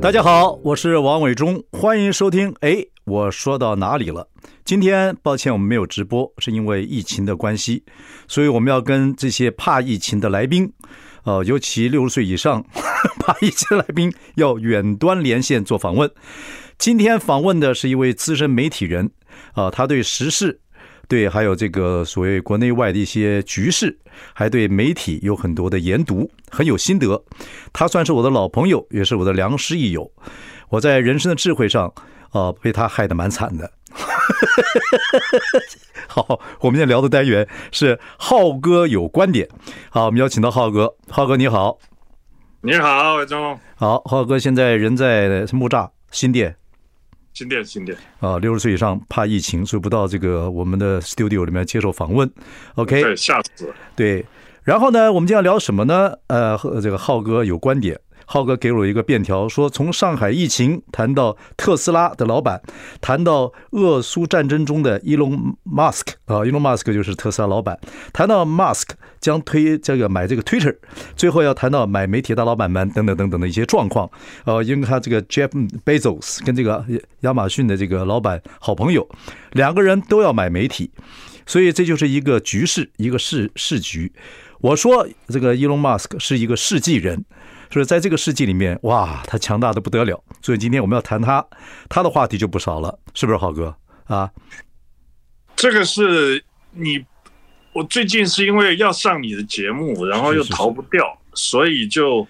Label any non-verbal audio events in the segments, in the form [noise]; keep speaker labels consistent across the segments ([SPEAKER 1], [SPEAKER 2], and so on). [SPEAKER 1] 大家好，我是王伟忠，欢迎收听。哎，我说到哪里了？今天抱歉我们没有直播，是因为疫情的关系，所以我们要跟这些怕疫情的来宾，呃，尤其六十岁以上 [laughs] 怕疫情的来宾，要远端连线做访问。今天访问的是一位资深媒体人，啊、他对时事。对，还有这个所谓国内外的一些局势，还对媒体有很多的研读，很有心得。他算是我的老朋友，也是我的良师益友。我在人生的智慧上，呃，被他害得蛮惨的。 [laughs] 好，我们今天聊的单元是浩哥有观点。好，我们邀请到浩哥，浩哥你好，
[SPEAKER 2] 你好，伟忠，
[SPEAKER 1] 好，浩哥现在人在木栅新店。
[SPEAKER 2] 新店新店
[SPEAKER 1] 啊，六十岁以上怕疫情，所以不到这个我们的 studio 里面接受访问。OK，
[SPEAKER 2] 对，吓死了。
[SPEAKER 1] 对，然后呢，我们今天要聊什么呢？呃，和这个浩哥有观点，浩哥给我一个便条，说从上海疫情谈到特斯拉的老板，谈到俄苏战争中的伊隆马斯克啊，伊隆马斯克就是特斯拉老板，谈到 Musk 将推这个买这个 Twitter，最后要谈到买媒体大老板们等等等等的一些状况。呃，因为他这个 Jeff Bezos 跟这个亚马逊的这个老板好朋友，两个人都要买媒体。所以这就是一个局势，一个市市局。我说这个伊隆马斯克是一个世纪人，所以在这个世纪里面，哇，他强大的不得了。所以今天我们要谈他，他的话题就不少了，是不是，浩哥？啊，
[SPEAKER 2] 这个是你，我最近是因为要上你的节目，然后又
[SPEAKER 1] 是是是
[SPEAKER 2] 逃不掉，所以就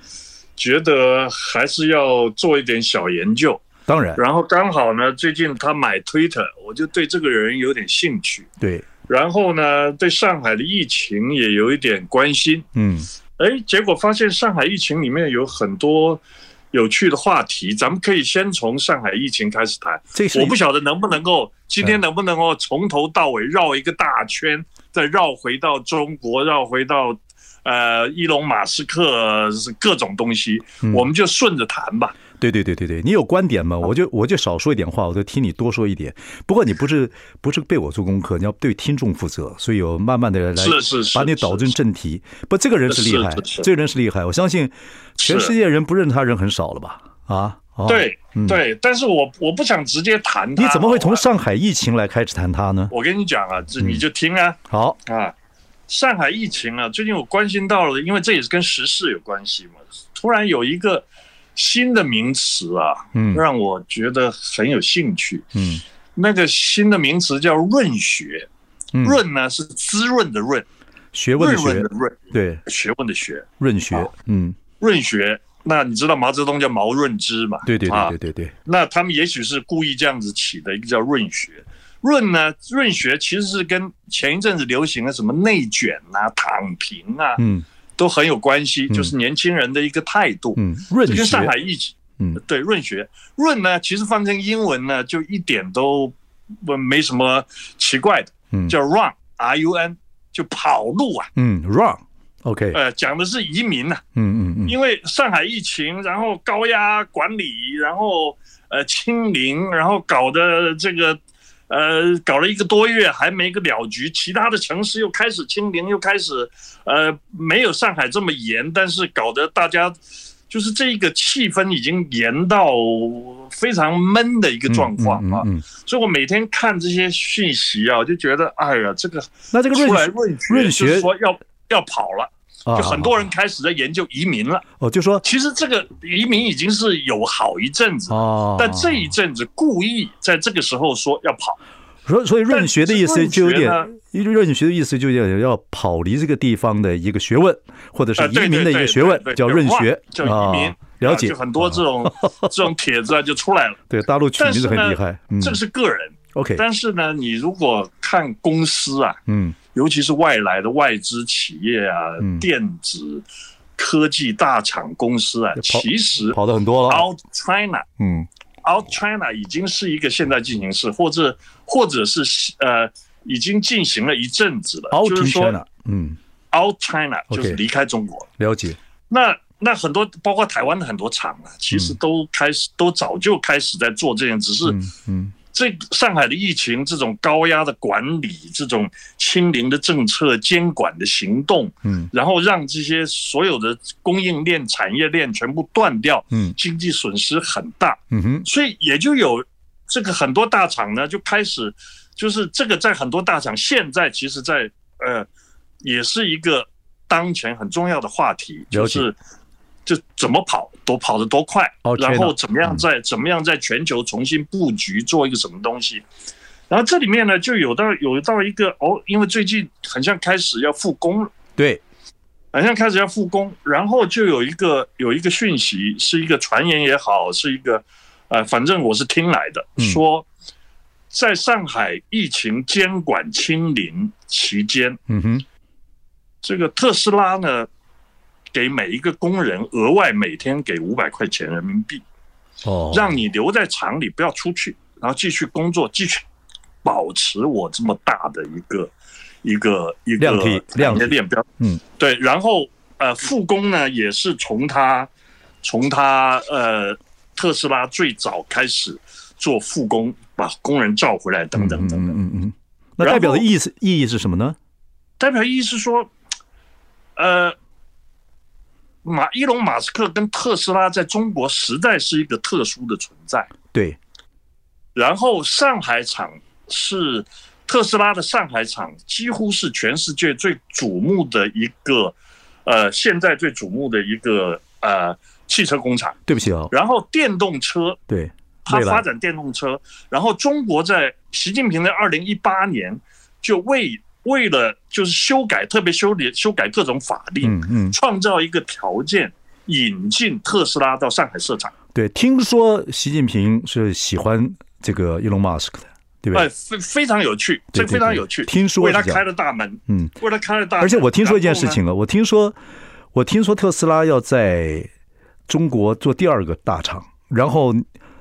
[SPEAKER 2] 觉得还是要做一点小研究。
[SPEAKER 1] 当然，
[SPEAKER 2] 然后刚好呢，最近他买 Twitter，我就对这个人有点兴趣。
[SPEAKER 1] 对，
[SPEAKER 2] 然后呢，对上海的疫情也有一点关心。
[SPEAKER 1] 嗯，
[SPEAKER 2] 哎，结果发现上海疫情里面有很多有趣的话题，咱们可以先从上海疫情开始谈。
[SPEAKER 1] 这是
[SPEAKER 2] 我不晓得能不能
[SPEAKER 1] 嗯
[SPEAKER 2] 够今天能不能够从头到尾绕一个大圈，再绕回到中国，绕回到呃伊隆马斯克是各种东西，
[SPEAKER 1] 嗯
[SPEAKER 2] 我们就顺着谈吧。
[SPEAKER 1] 对对对对对，你有观点吗？
[SPEAKER 2] 啊
[SPEAKER 1] 我就我就少说一点话，我就听你多说一点。不过你不是不是被我做功课，你要对听众负责，所以我慢慢的来
[SPEAKER 2] 是是是
[SPEAKER 1] 把你导正正题。不，这个人是厉害，
[SPEAKER 2] 是是是
[SPEAKER 1] 这个人是厉害，我相信全
[SPEAKER 2] 是
[SPEAKER 1] 世界人不认他人很少了吧？啊，哦，
[SPEAKER 2] 对对，但是我我不想直接谈它
[SPEAKER 1] 你怎么会
[SPEAKER 2] 好
[SPEAKER 1] 从嗯
[SPEAKER 2] 吧
[SPEAKER 1] 上海疫情来开始谈他呢？
[SPEAKER 2] 我跟你讲啊，这你就听啊
[SPEAKER 1] 好，
[SPEAKER 2] 啊，上海疫情啊，最近我关心到了，因为这也是跟时事有关系嘛。突然有一个新的名词啊，
[SPEAKER 1] 嗯
[SPEAKER 2] 让我觉得很有兴趣。
[SPEAKER 1] 嗯
[SPEAKER 2] 那个新的名词叫润学，
[SPEAKER 1] 嗯，
[SPEAKER 2] 润呢是滋润的润，
[SPEAKER 1] 学问的学
[SPEAKER 2] 润润的，润，
[SPEAKER 1] 对，
[SPEAKER 2] 学问的学，
[SPEAKER 1] 润学，嗯，
[SPEAKER 2] 润学。那你知道毛泽东叫毛润之嘛？
[SPEAKER 1] 对对
[SPEAKER 2] 啊
[SPEAKER 1] 对对对对，
[SPEAKER 2] 那他们也许是故意这样子起的一个叫润学。润呢，润学其实是跟前一阵子流行的什么内卷啊、躺平啊，
[SPEAKER 1] 嗯
[SPEAKER 2] 都很有关系，就是年轻人的一个态度。
[SPEAKER 1] 嗯，润
[SPEAKER 2] 这跟上海
[SPEAKER 1] 学，
[SPEAKER 2] 疫情，
[SPEAKER 1] 嗯，
[SPEAKER 2] 对润学润呢，其实翻成英文呢，就一点都不没什么奇怪的，
[SPEAKER 1] 嗯
[SPEAKER 2] 叫 run r u n，就跑路啊，
[SPEAKER 1] 嗯，wrong，OK，
[SPEAKER 2] 呃，讲的是移民呐、啊，
[SPEAKER 1] 嗯嗯嗯，
[SPEAKER 2] 因为上海疫情，然后高压管理，然后呃清零，然后搞的这个。呃，搞了一个多月还没个了局，其他的城市又开始清零，又开始，呃，没有上海这么严，但是搞得大家就是这个气氛已经严到非常闷的一个状况啊。
[SPEAKER 1] 嗯嗯嗯嗯
[SPEAKER 2] 所以我每天看这些讯息啊，我就觉得，哎呀，这个
[SPEAKER 1] 那这个
[SPEAKER 2] 出来
[SPEAKER 1] 润
[SPEAKER 2] 润
[SPEAKER 1] 润
[SPEAKER 2] 学就是
[SPEAKER 1] 学
[SPEAKER 2] 说要要跑了，
[SPEAKER 1] 啊，
[SPEAKER 2] 就很多人
[SPEAKER 1] 啊
[SPEAKER 2] 开始在研究移民了。
[SPEAKER 1] 啊哦，就说
[SPEAKER 2] 其实这个移民已经是有好一阵子了，
[SPEAKER 1] 哦，
[SPEAKER 2] 但这一阵子故意在这个时候说要跑，
[SPEAKER 1] 所以所以润学的意思就有点
[SPEAKER 2] 但是，
[SPEAKER 1] 润学的意思就有点要跑离这个地方的一个学问，或者是
[SPEAKER 2] 呃对
[SPEAKER 1] 移民的一个学问
[SPEAKER 2] 对对对，
[SPEAKER 1] 叫润学
[SPEAKER 2] 叫移民
[SPEAKER 1] 啊，了解
[SPEAKER 2] 啊就很多这
[SPEAKER 1] 啊 [laughs]
[SPEAKER 2] 种这种帖子啊就出来了。
[SPEAKER 1] 对大陆取名字很厉害，嗯
[SPEAKER 2] 这个是个人，
[SPEAKER 1] ，OK，
[SPEAKER 2] 但是呢，你如果看公司啊，
[SPEAKER 1] 嗯
[SPEAKER 2] 尤其是外来的外资企业啊
[SPEAKER 1] 嗯、
[SPEAKER 2] 电子科技大厂公司啊，
[SPEAKER 1] 跑
[SPEAKER 2] 其实
[SPEAKER 1] 跑的很多了，啊
[SPEAKER 2] out China
[SPEAKER 1] 嗯
[SPEAKER 2] Out China 已经是一个现在进行式，或者或者是呃已经进行了一阵子了。
[SPEAKER 1] Out
[SPEAKER 2] 就是
[SPEAKER 1] to
[SPEAKER 2] 说
[SPEAKER 1] China，嗯，
[SPEAKER 2] Out China
[SPEAKER 1] OK
[SPEAKER 2] 就是离开中国。
[SPEAKER 1] 了解，
[SPEAKER 2] 那那很多包括台湾的很多厂啊，其实都开始、都早就开始在做这件，只是
[SPEAKER 1] 嗯嗯，
[SPEAKER 2] 这上海的疫情这种高压的管理、这种清零的政策、监管的行动，
[SPEAKER 1] 嗯，
[SPEAKER 2] 然后让这些所有的供应链、产业链全部断掉，
[SPEAKER 1] 嗯
[SPEAKER 2] 经济损失很大，
[SPEAKER 1] 嗯哼，
[SPEAKER 2] 所以也就有这个很多大厂呢就开始，就是这个在很多大厂现在其实在呃也是一个当前很重要的话题，
[SPEAKER 1] 了
[SPEAKER 2] 就
[SPEAKER 1] 解
[SPEAKER 2] 是就怎么跑，多跑得多快
[SPEAKER 1] 哦，
[SPEAKER 2] 然后
[SPEAKER 1] China，
[SPEAKER 2] 怎么样在怎么样在全球重新布局做一个什么东西。然后这里面呢，就有到有到一个哦，因为最近很像开始要复工了。
[SPEAKER 1] 对，
[SPEAKER 2] 好像开始要复工，然后就有一个有一个讯息，是一个传言也好，是一个呃，反正我是听来的，
[SPEAKER 1] 嗯
[SPEAKER 2] 说在上海疫情监管清零期间，
[SPEAKER 1] 嗯哼，
[SPEAKER 2] 这个特斯拉呢给每一个工人额外每天给五百块钱人民币，
[SPEAKER 1] 哦，
[SPEAKER 2] 让你留在厂里不要出去，然后继续工作，继续保持我这么大的一个一个一个
[SPEAKER 1] 量体量体
[SPEAKER 2] 产业链标，
[SPEAKER 1] 嗯，
[SPEAKER 2] 对，然后呃复工呢也是从他从他呃特斯拉最早开始做复工，把工人召回来等等等等，
[SPEAKER 1] 嗯嗯嗯嗯，那
[SPEAKER 2] 然
[SPEAKER 1] 代表的
[SPEAKER 2] 后
[SPEAKER 1] 意思意义是什么呢？
[SPEAKER 2] 代表意思是说，呃。马伊隆马斯克跟特斯拉在中国实在是一个特殊的存在，
[SPEAKER 1] 对，
[SPEAKER 2] 然后上海厂是特斯拉的上海厂，几乎是全世界最瞩目的一个，呃，现在最瞩目的一个呃汽车工厂。
[SPEAKER 1] 对不起啊，
[SPEAKER 2] 然后电动车，
[SPEAKER 1] 对，
[SPEAKER 2] 它
[SPEAKER 1] 未
[SPEAKER 2] 发
[SPEAKER 1] 来，
[SPEAKER 2] 展电动车，然后中国在习近平在二零一八年就为为了就是修改，特别修理修改各种法令，
[SPEAKER 1] 嗯嗯，
[SPEAKER 2] 创造一个条件。引进特斯拉到上海设厂，
[SPEAKER 1] 对，听说习近平是喜欢这个伊隆马斯克的，对不对？
[SPEAKER 2] 哎，非非常有趣，
[SPEAKER 1] 对
[SPEAKER 2] 这
[SPEAKER 1] 对
[SPEAKER 2] 非常
[SPEAKER 1] 对
[SPEAKER 2] 有趣。
[SPEAKER 1] 听说
[SPEAKER 2] 为他
[SPEAKER 1] 是这样
[SPEAKER 2] 开了大门，
[SPEAKER 1] 嗯，
[SPEAKER 2] 为了开了大门，
[SPEAKER 1] 而且我听说一件
[SPEAKER 2] 然后
[SPEAKER 1] 事
[SPEAKER 2] 呢，
[SPEAKER 1] 情啊，我听说，我听说特斯拉要在中国做第二个大厂，然后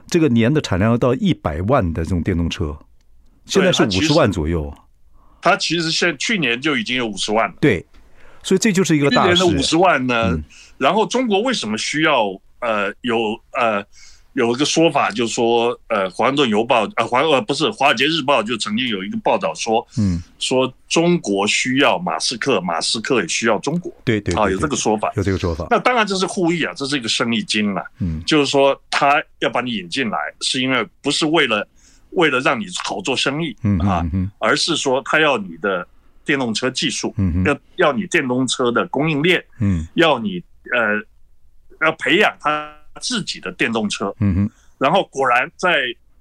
[SPEAKER 1] 这个年的产量要到一百万的这种电动车，现在是
[SPEAKER 2] 它
[SPEAKER 1] 五
[SPEAKER 2] 其
[SPEAKER 1] 十
[SPEAKER 2] 实
[SPEAKER 1] 万左右，
[SPEAKER 2] 他其实现去年就已经有五十万了，
[SPEAKER 1] 对，所以这就是一个
[SPEAKER 2] 今
[SPEAKER 1] 大
[SPEAKER 2] 年
[SPEAKER 1] 事
[SPEAKER 2] 的。五十万呢。然后中国为什么需要呃有呃有一个说法，就是说呃《华盛顿邮报》呃华呃不是《华尔街日报》就曾经有一个报道说
[SPEAKER 1] 嗯，
[SPEAKER 2] 说中国需要马斯克，马斯克也需要中国
[SPEAKER 1] 对对，
[SPEAKER 2] 啊，
[SPEAKER 1] 对
[SPEAKER 2] 有这个
[SPEAKER 1] 对
[SPEAKER 2] 说法。
[SPEAKER 1] 有这个说法，
[SPEAKER 2] 那当然这是互益啊，这是一个生意经了、
[SPEAKER 1] 嗯，
[SPEAKER 2] 就是说他要把你引进来，是因为不是为了为了让你好做生意
[SPEAKER 1] 嗯
[SPEAKER 2] 啊，
[SPEAKER 1] 嗯嗯
[SPEAKER 2] 而是说他要你的电动车技术，
[SPEAKER 1] 嗯嗯
[SPEAKER 2] 要要你电动车的供应链，
[SPEAKER 1] 嗯
[SPEAKER 2] 要你呃要培养他自己的电动车。
[SPEAKER 1] 嗯嗯
[SPEAKER 2] 然后果然在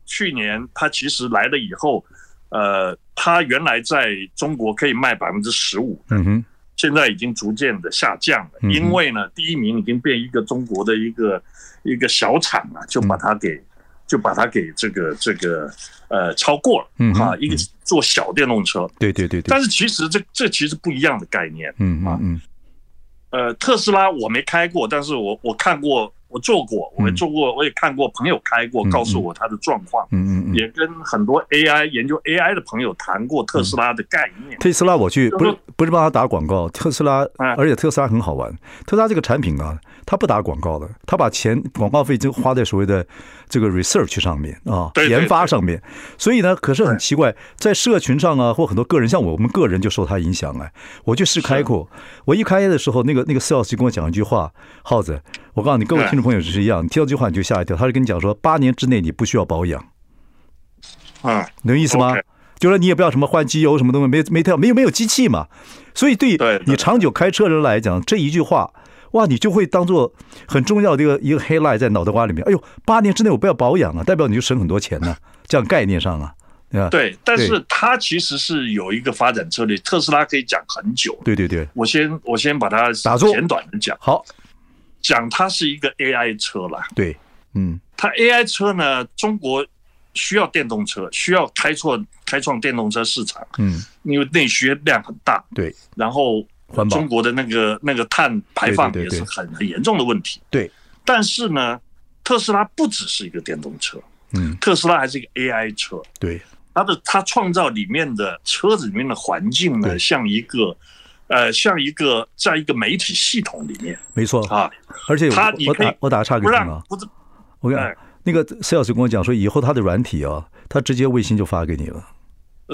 [SPEAKER 2] 去年他其实来了以后，呃，他原来在中国可以卖百分之十五，
[SPEAKER 1] 嗯哼，
[SPEAKER 2] 现在已经逐渐的下降了，
[SPEAKER 1] 嗯哼
[SPEAKER 2] 因为呢，第一名已经变一个中国的一个一个小厂啊，就把它
[SPEAKER 1] 嗯
[SPEAKER 2] 给就把它给这个这个呃超过了
[SPEAKER 1] 嗯哼
[SPEAKER 2] 啊，一个做小电动车，
[SPEAKER 1] 对对对对，
[SPEAKER 2] 但是其实这这其实不一样的概念。
[SPEAKER 1] 嗯嗯嗯
[SPEAKER 2] 呃，特斯拉我没开过，但是我我看过，我坐过，我也坐过，我也看过朋友开过
[SPEAKER 1] 嗯，
[SPEAKER 2] 告诉我它的状况，
[SPEAKER 1] 嗯嗯嗯。
[SPEAKER 2] 也跟很多 AI 研究 AI 的朋友谈过特斯拉的概念。
[SPEAKER 1] 特斯拉，我去
[SPEAKER 2] 就
[SPEAKER 1] 不
[SPEAKER 2] 是
[SPEAKER 1] 是不是帮他打广告，特斯拉，
[SPEAKER 2] 哎
[SPEAKER 1] 而且特斯拉很好玩。特斯拉这个产品啊，它不打广告的，它把钱广告费就花在所谓的 [laughs] 这个 research 上面啊，
[SPEAKER 2] 对对
[SPEAKER 1] 研发上面。所以呢，可是很奇怪，在社群上啊，或很多个人，像我们个人就受它影响哎。我去试开过，我一开的时候，那个那个 sales 就跟我讲一句话，耗子，我告诉你，各位
[SPEAKER 2] 哎
[SPEAKER 1] 听众朋友是一样，你听到这句话你就吓一跳，他就跟你讲说，八年之内你不需要保养。
[SPEAKER 2] 嗯，
[SPEAKER 1] 能意思吗
[SPEAKER 2] OK？
[SPEAKER 1] 就说你也不要什么换机油什么东西，没没跳，没有没有机器嘛。所以对
[SPEAKER 2] 对对
[SPEAKER 1] 你长久开车人来讲，这一句话，哇，你就会当做很重要的一个一个黑 line 在脑袋瓜里面。哎呦，八年之内我不要保养啊，代表你就省很多钱呢、这样概念上啊，对吧？
[SPEAKER 2] 对，但是它其实是有一个发展策略，特斯拉可以讲很久。
[SPEAKER 1] 对对对，
[SPEAKER 2] 我先我先把它
[SPEAKER 1] 打住
[SPEAKER 2] 简短的讲，
[SPEAKER 1] 好，
[SPEAKER 2] 讲它是一个 AI 车啦。
[SPEAKER 1] 对，嗯
[SPEAKER 2] 它 AI 车呢，中国需要电动车，需要开创开创电动车市场，
[SPEAKER 1] 嗯，
[SPEAKER 2] 因为内需量很大。
[SPEAKER 1] 对
[SPEAKER 2] 然后
[SPEAKER 1] 环保
[SPEAKER 2] 中国的那个那个碳排放
[SPEAKER 1] 对对
[SPEAKER 2] 也
[SPEAKER 1] 对对
[SPEAKER 2] 是很很严重的问题。
[SPEAKER 1] 对，
[SPEAKER 2] 但是呢，特斯拉不只是一个电动车，
[SPEAKER 1] 嗯，
[SPEAKER 2] 特斯拉还是一个 AI 车，
[SPEAKER 1] 对，
[SPEAKER 2] 它的它创造里面的车子里面的环境呢，
[SPEAKER 1] 对
[SPEAKER 2] 像一个呃，像一个在一个媒体系统里面
[SPEAKER 1] 没错。
[SPEAKER 2] 啊，
[SPEAKER 1] 而且我
[SPEAKER 2] 他你
[SPEAKER 1] 我
[SPEAKER 2] 可以
[SPEAKER 1] 打我打个哦岔给
[SPEAKER 2] 不
[SPEAKER 1] 你
[SPEAKER 2] 让
[SPEAKER 1] 啊，
[SPEAKER 2] 不是
[SPEAKER 1] 我跟你
[SPEAKER 2] 哎
[SPEAKER 1] 讲那个 sales 跟我讲说，以后他的软体啊，他直接卫星就发给你了。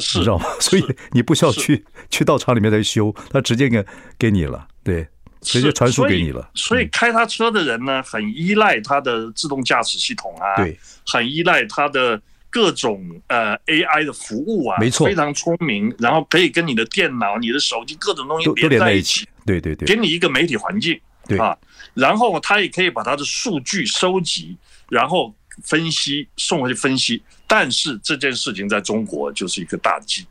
[SPEAKER 2] 是
[SPEAKER 1] 你知道吗？ [laughs] 所以你不需要去去到厂里面再修，他直接给给你了，对，直接
[SPEAKER 2] 是
[SPEAKER 1] 传输
[SPEAKER 2] 所以
[SPEAKER 1] 给你了。
[SPEAKER 2] 所以开他车的人呢，很依赖他的自动驾驶系统啊，，
[SPEAKER 1] 对，
[SPEAKER 2] 很依赖他的各种呃 AI 的服务啊，
[SPEAKER 1] 没错
[SPEAKER 2] 非常聪明，然后可以跟你的电脑、你的手机各种东西
[SPEAKER 1] 都都连
[SPEAKER 2] 啊在
[SPEAKER 1] 在
[SPEAKER 2] 一
[SPEAKER 1] 一
[SPEAKER 2] 起
[SPEAKER 1] 起，，对对
[SPEAKER 2] 给
[SPEAKER 1] 对
[SPEAKER 2] 你一个媒体环境，
[SPEAKER 1] 对
[SPEAKER 2] 啊，然后他也可以把他的数据收集，然后分析送回去分析。但是这件事情在中国就是一个大忌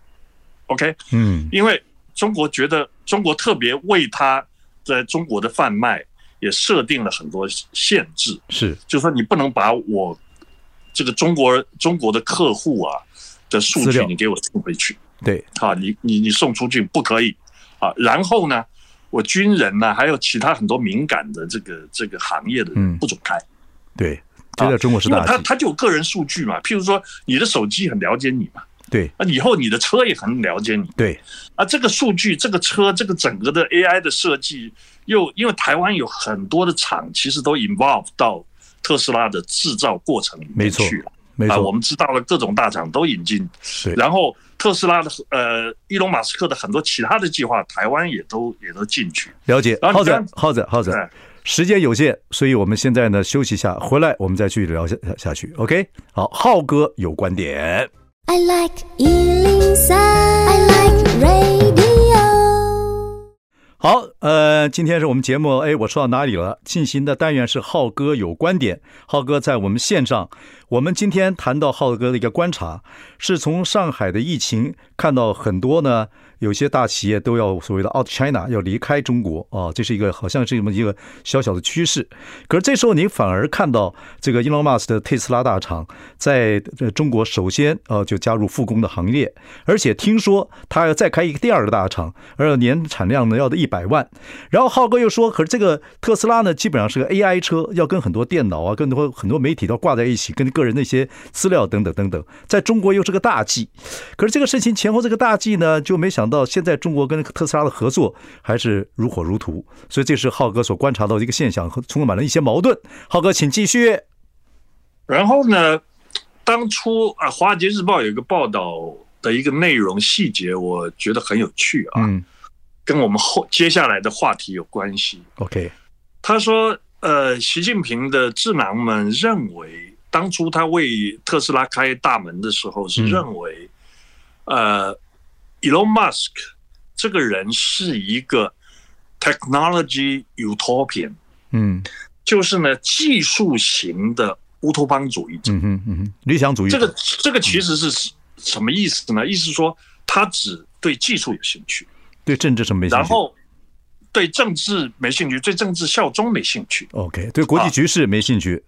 [SPEAKER 2] ，OK？
[SPEAKER 1] 嗯，
[SPEAKER 2] 因为中国觉得中国特别为他在中国的贩卖也设定了很多限制，
[SPEAKER 1] 是
[SPEAKER 2] 就是说你不能把我这个中国中国的客户啊的数
[SPEAKER 1] 资
[SPEAKER 2] 据
[SPEAKER 1] 料
[SPEAKER 2] 你给我送回去，
[SPEAKER 1] 对，
[SPEAKER 2] 啊，你你你送出去不可以啊。然后呢，我军人呢、还有其他很多敏感的这个这个行业的
[SPEAKER 1] 嗯
[SPEAKER 2] 人不准开，
[SPEAKER 1] 对，这在中国是
[SPEAKER 2] 啊因为
[SPEAKER 1] 大
[SPEAKER 2] 他
[SPEAKER 1] 忌，
[SPEAKER 2] 他就有个人数据嘛，譬如说你的手机很了解你嘛，
[SPEAKER 1] 对
[SPEAKER 2] 啊，以后你的车也很了解你
[SPEAKER 1] 对
[SPEAKER 2] 啊，这个数据、这个车、这个整个的 AI 的设计，又因为台湾有很多的厂其实都 involve 到特斯拉的制造过程里
[SPEAKER 1] 没
[SPEAKER 2] 面
[SPEAKER 1] 错
[SPEAKER 2] 去了。
[SPEAKER 1] 没
[SPEAKER 2] 啊，我
[SPEAKER 1] 错，
[SPEAKER 2] 们知道了各种大厂都引进
[SPEAKER 1] 对，
[SPEAKER 2] 然后特斯拉的呃，伊隆马斯克的很多其他的计划，台湾也都也都进去。
[SPEAKER 1] 了解。
[SPEAKER 2] 然后
[SPEAKER 1] 浩
[SPEAKER 2] 你
[SPEAKER 1] 仔
[SPEAKER 2] 刚，
[SPEAKER 1] 浩仔，浩仔，
[SPEAKER 2] 哎
[SPEAKER 1] 时间有限，所以我们现在呢休息一下，回来我们再继续聊下下去。OK，好，浩哥有观点。
[SPEAKER 3] I like Ealing Sound. I like radio.
[SPEAKER 1] 好，呃，今天是我们节目，哎，我说到哪里了？进行的单元是浩哥有观点。浩哥在我们线上，我们今天谈到浩哥的一个观察，是从上海的疫情看到很多呢，有些大企业都要所谓的 out China，要离开中国啊，这是一个好像是这么一个小小的趋势。可是这时候您反而看到这个 Elon Musk 的特斯拉大厂在呃中国首先呃就加入复工的行列，而且听说他要再开一个第二个大厂，而年产量呢要到一百万。然后浩哥又说，可是这个特斯拉呢，基本上是个 AI 车，要跟很多电脑啊，跟很多很多媒体都要挂在一起，跟个人的一些资料等等等等，在中国又是个大忌。可是这个事情前后这个大忌呢，就没想到现在中国跟特斯拉的合作还是如火如荼，所以这是浩哥所观察到的一个现象，和充满了一些矛盾。浩哥，请继续。
[SPEAKER 2] 然后呢，当初啊，《华尔街日报》有一个报道的一个内容细节，我觉得很有趣啊，
[SPEAKER 1] 嗯
[SPEAKER 2] 跟我们后接下来的话题有关系。
[SPEAKER 1] ，OK，
[SPEAKER 2] 他说，呃，习近平的智囊们认为，当初他为特斯拉开大门的时候，是
[SPEAKER 1] 嗯
[SPEAKER 2] 认为，呃，Elon Musk 这个人是一个 technology utopian，
[SPEAKER 1] 嗯
[SPEAKER 2] 就是呢技术型的乌托邦主义者。
[SPEAKER 1] 嗯哼嗯哼，理想主义
[SPEAKER 2] 这
[SPEAKER 1] 者
[SPEAKER 2] 个这个其实是什么意思呢？意思说他只对技术有兴趣，
[SPEAKER 1] 对政治什么没兴趣？
[SPEAKER 2] 然后对政治没兴趣，对政治效忠没兴趣。
[SPEAKER 1] OK，对
[SPEAKER 2] 啊
[SPEAKER 1] 国际局势没兴趣。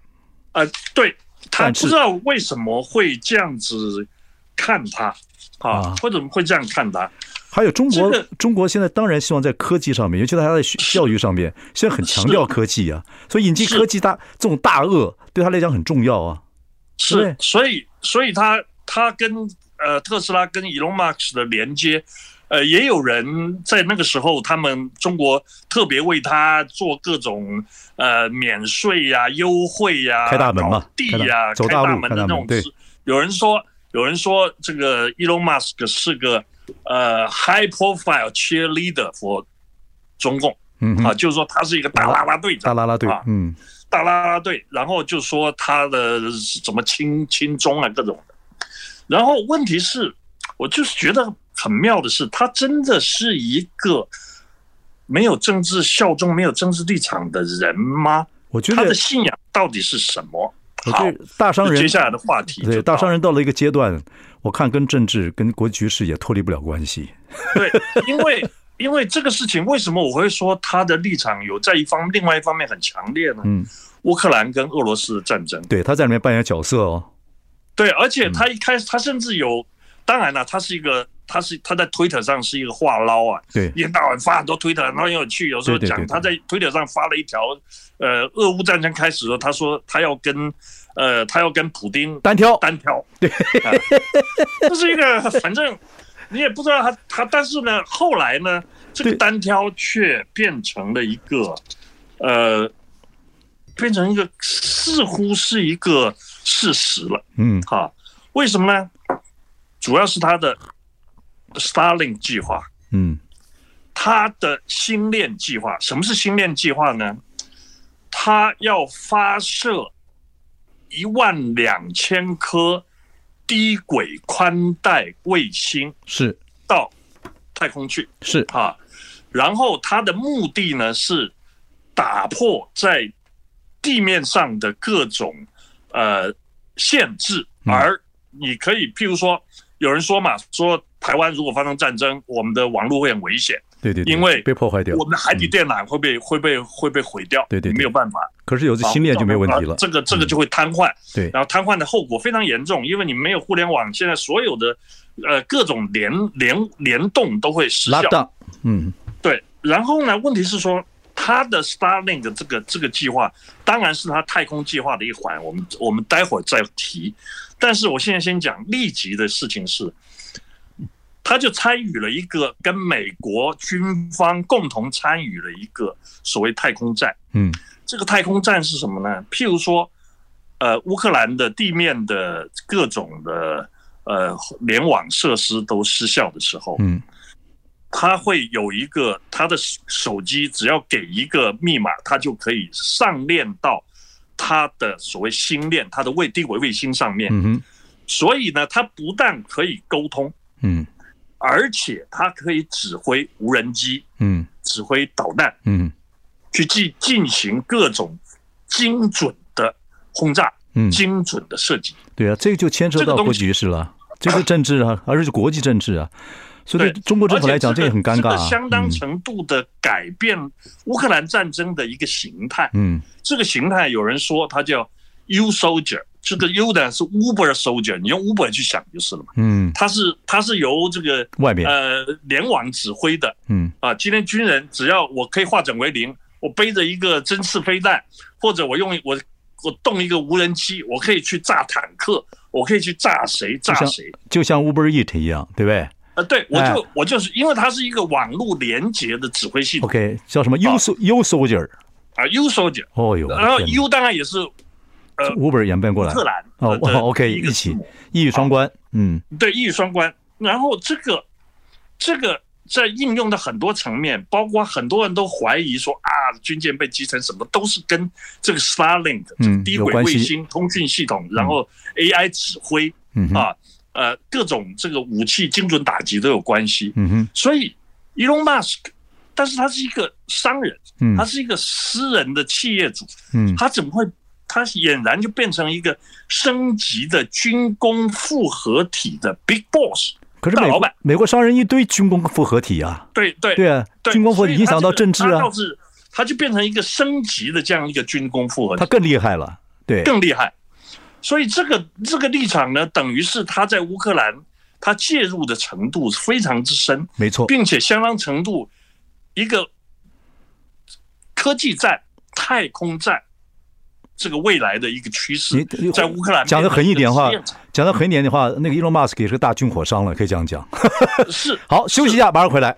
[SPEAKER 2] 呃，对他
[SPEAKER 1] 但是
[SPEAKER 2] 不知道为什么会这样子看他
[SPEAKER 1] 啊
[SPEAKER 2] 啊，为什么会这样看他？
[SPEAKER 1] 还有中国
[SPEAKER 2] 这个，
[SPEAKER 1] 中国现在当然希望在科技上面，尤其他在学教育上面，现在很强调科技啊，所以引进
[SPEAKER 2] 是
[SPEAKER 1] 科技大这种大鳄对他来讲很重要啊。对
[SPEAKER 2] 是，所以，所以他他跟呃特斯拉跟 Elon Musk 的连接，呃，也有人在那个时候，他们中国特别为他做各种呃免税呀、优惠呀、
[SPEAKER 1] 开大门嘛
[SPEAKER 2] 搞地呀、
[SPEAKER 1] 开大走
[SPEAKER 2] 开
[SPEAKER 1] 大路
[SPEAKER 2] 门的
[SPEAKER 1] 开大门
[SPEAKER 2] 那种
[SPEAKER 1] 对
[SPEAKER 2] 事。有人说，有人说这个 Elon Musk 是个呃 high profile cheerleader for 中共
[SPEAKER 1] 嗯
[SPEAKER 2] 啊，
[SPEAKER 1] 哼，
[SPEAKER 2] 就是说他是一个大啦啦队
[SPEAKER 1] 大
[SPEAKER 2] 长，
[SPEAKER 1] 啦啦队
[SPEAKER 2] 啊，
[SPEAKER 1] 嗯，
[SPEAKER 2] 大啦啦队，然后就说他的怎么亲亲中啊各种的。然后问题是，我就是觉得很妙的是，他真的是一个没有政治效忠、没有政治立场的人吗？
[SPEAKER 1] 我觉
[SPEAKER 2] 他
[SPEAKER 1] 得
[SPEAKER 2] 的，信仰到底是什么？
[SPEAKER 1] 我
[SPEAKER 2] 好
[SPEAKER 1] 觉，得大商人
[SPEAKER 2] 接，下来的话题就
[SPEAKER 1] 对大
[SPEAKER 2] 到
[SPEAKER 1] 商人到了一个阶段，我看跟政治跟国际局势也脱离不了关系。
[SPEAKER 2] 对，因为因为这个事情，为什么我会说他的立场有在一方另外一方面很强烈呢？
[SPEAKER 1] 嗯，
[SPEAKER 2] 乌克兰跟俄罗斯的战争。
[SPEAKER 1] 对，他在里面扮演角色哦。
[SPEAKER 2] 对，而且他一开始，他甚至有，当然了，他是一个他是他在 Twitter 上是一个话唠啊，
[SPEAKER 1] 对嗯
[SPEAKER 2] 一天到晚发很多 Twitter，很有趣。有时候
[SPEAKER 1] 对对对
[SPEAKER 2] 讲
[SPEAKER 1] 对
[SPEAKER 2] 他在 Twitter 上发了一条，呃，俄乌战争开始的时候，他说他要跟呃他要跟普丁
[SPEAKER 1] 单挑，
[SPEAKER 2] 单挑，对，啊、这是一个反正你也不知道他他，但是呢，后来呢，这个
[SPEAKER 1] 对
[SPEAKER 2] 单挑却变成了一个呃，变成一个似乎是一个事实了。
[SPEAKER 1] 嗯
[SPEAKER 2] 哈，为什么呢？主要是他的 Starlink 计划，
[SPEAKER 1] 嗯
[SPEAKER 2] 他的星链计划。什么是星链计划呢？他要发射一万两千颗低轨宽带卫星
[SPEAKER 1] 是
[SPEAKER 2] 到太空去
[SPEAKER 1] 是
[SPEAKER 2] 啊，然后他的目的呢是打破在地面上的各种呃限制，
[SPEAKER 1] 嗯
[SPEAKER 2] 而你可以，譬如说，有人说嘛，说台湾如果发生战争，我们的网络会很危险，
[SPEAKER 1] 对对对，
[SPEAKER 2] 因为
[SPEAKER 1] 被破坏掉
[SPEAKER 2] 我，们的海底电缆会被会被会被毁掉，
[SPEAKER 1] 对对对
[SPEAKER 2] 没有办法，
[SPEAKER 1] 可是有这
[SPEAKER 2] 啊
[SPEAKER 1] 新链就没问题了嗯
[SPEAKER 2] 啊，这个这个就会瘫痪，
[SPEAKER 1] 对
[SPEAKER 2] 然后瘫痪的后果非常严重，因为你没有互联网，现在所有的呃各种联联联动都会失效
[SPEAKER 1] 拉，档，嗯
[SPEAKER 2] 对，然后呢，问题是说他的 Starlink 的这个这个计划，当然是他太空计划的一环，我们我们待会儿再提。但是我现在先讲立即的事情是，他就参与了一个跟美国军方共同参与了一个所谓太空战。
[SPEAKER 1] 嗯
[SPEAKER 2] 这个太空站是什么呢？譬如说，呃，乌克兰的地面的各种的呃联网设施都失效的时候，
[SPEAKER 1] 嗯
[SPEAKER 2] 他会有一个他的手机，只要给一个密码，他就可以上链到他的所谓星链，他的卫地轨卫星上面。
[SPEAKER 1] 嗯哼
[SPEAKER 2] 所以呢，他不但可以沟通，
[SPEAKER 1] 嗯
[SPEAKER 2] 而且他可以指挥无人机、
[SPEAKER 1] 嗯
[SPEAKER 2] 指挥导弹
[SPEAKER 1] 嗯
[SPEAKER 2] 去进进行各种精准的轰炸、
[SPEAKER 1] 嗯，
[SPEAKER 2] 精准的射击。
[SPEAKER 1] 对啊，这个就牵扯
[SPEAKER 2] 这个
[SPEAKER 1] 到
[SPEAKER 2] 东
[SPEAKER 1] 国
[SPEAKER 2] 西
[SPEAKER 1] 局势了，这是政治啊，而且是国际政治啊，所以对
[SPEAKER 2] 对
[SPEAKER 1] 中国政府来讲，
[SPEAKER 2] 而且
[SPEAKER 1] 这也很尴尬
[SPEAKER 2] 这个
[SPEAKER 1] 啊，
[SPEAKER 2] 相当程度的改变乌克兰战争的一个形态。
[SPEAKER 1] 嗯
[SPEAKER 2] 这个形态有人说它叫 U soldier，这个 U 呢是 Uber soldier，你用 Uber 去想就是了嘛。
[SPEAKER 1] 嗯，
[SPEAKER 2] 它是它是由这个
[SPEAKER 1] 外面
[SPEAKER 2] 呃联网指挥的
[SPEAKER 1] 嗯
[SPEAKER 2] 啊。今天军人只要我可以化整为零，我背着一个针刺飞弹，或者我用我我动一个无人机，我可以去炸坦克，我可以去炸谁炸
[SPEAKER 1] 像
[SPEAKER 2] 谁。
[SPEAKER 1] 就像 Uber Eat 一样，对不对
[SPEAKER 2] 呃，对我
[SPEAKER 1] 哎
[SPEAKER 2] 就我就是因为它是一个网络连接的指挥系统
[SPEAKER 1] ？OK，叫什么 U s U Soldier？
[SPEAKER 2] 啊，U soldier，
[SPEAKER 1] 哦哟，
[SPEAKER 2] 然后
[SPEAKER 1] 天哪
[SPEAKER 2] U 当然也是呃
[SPEAKER 1] Uber 演变过来
[SPEAKER 2] 乌，克兰
[SPEAKER 1] 哦
[SPEAKER 2] 的的
[SPEAKER 1] ，OK，
[SPEAKER 2] 一个
[SPEAKER 1] 一起
[SPEAKER 2] 字母
[SPEAKER 1] 一语双关，嗯
[SPEAKER 2] 对一语双关。然后这个这个在应用的很多层面，包括很多人都怀疑说啊，军舰被击沉什么都是跟这个 Starlink
[SPEAKER 1] 嗯
[SPEAKER 2] 这个低
[SPEAKER 1] 有
[SPEAKER 2] 轨
[SPEAKER 1] 关系
[SPEAKER 2] 卫星通讯系统，然后 AI 指挥
[SPEAKER 1] 嗯哼
[SPEAKER 2] 啊，呃，各种这个武器精准打击都有关系。
[SPEAKER 1] 嗯哼
[SPEAKER 2] 所以，Elon Musk，但是他是一个商人，
[SPEAKER 1] 嗯
[SPEAKER 2] 他是一个私人的企业主，
[SPEAKER 1] 嗯
[SPEAKER 2] 他怎么会？他俨然就变成一个升级的军工复合体的 Big Boss。
[SPEAKER 1] 可是
[SPEAKER 2] 大
[SPEAKER 1] 美
[SPEAKER 2] 老
[SPEAKER 1] 国
[SPEAKER 2] 板
[SPEAKER 1] 美国商人一堆军工复合体啊，
[SPEAKER 2] 对对
[SPEAKER 1] 对啊，军工复合
[SPEAKER 2] 所以
[SPEAKER 1] 体
[SPEAKER 2] 他
[SPEAKER 1] 影响到
[SPEAKER 2] 这个
[SPEAKER 1] 政治
[SPEAKER 2] 他
[SPEAKER 1] 啊，
[SPEAKER 2] 倒是他就变成一个升级的这样一个军工复合
[SPEAKER 1] 他
[SPEAKER 2] 体，
[SPEAKER 1] 更厉害了，对，
[SPEAKER 2] 更厉害。所以这个这个立场呢，等于是他在乌克兰他介入的程度是非常之深，
[SPEAKER 1] 没错，
[SPEAKER 2] 并且相当程度一个科技战、太空战这个未来的一个趋势
[SPEAKER 1] 你你，
[SPEAKER 2] 在乌克兰
[SPEAKER 1] 讲的狠一点话
[SPEAKER 2] 变成一个实验场，
[SPEAKER 1] 讲的狠一点的话，那个 Elon Musk 也是个大军火商了，可以这样讲。 [laughs]
[SPEAKER 2] 是
[SPEAKER 1] 好，休息一下，马上回来。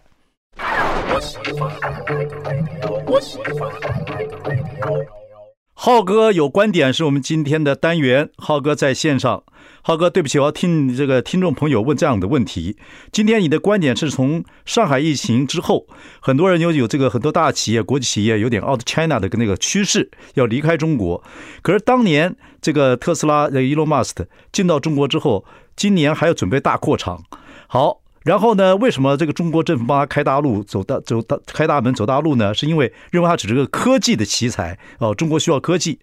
[SPEAKER 1] 浩哥有观点是我们今天的单元。浩哥在线上，浩哥，对不起，我要听这个听众朋友问这样的问题。今天你的观点是从上海疫情之后，很多人有有这个很多大企业、国际企业有点 out China 的那个趋势，要离开中国。可是当年这个特斯拉的 Elon Musk 进到中国之后，今年还要准备大扩厂。好，然后呢，为什么这个中国政府帮他开大路、走大走大开大门、走大路呢？是因为认为他只是个科技的奇才哦，中国需要科技，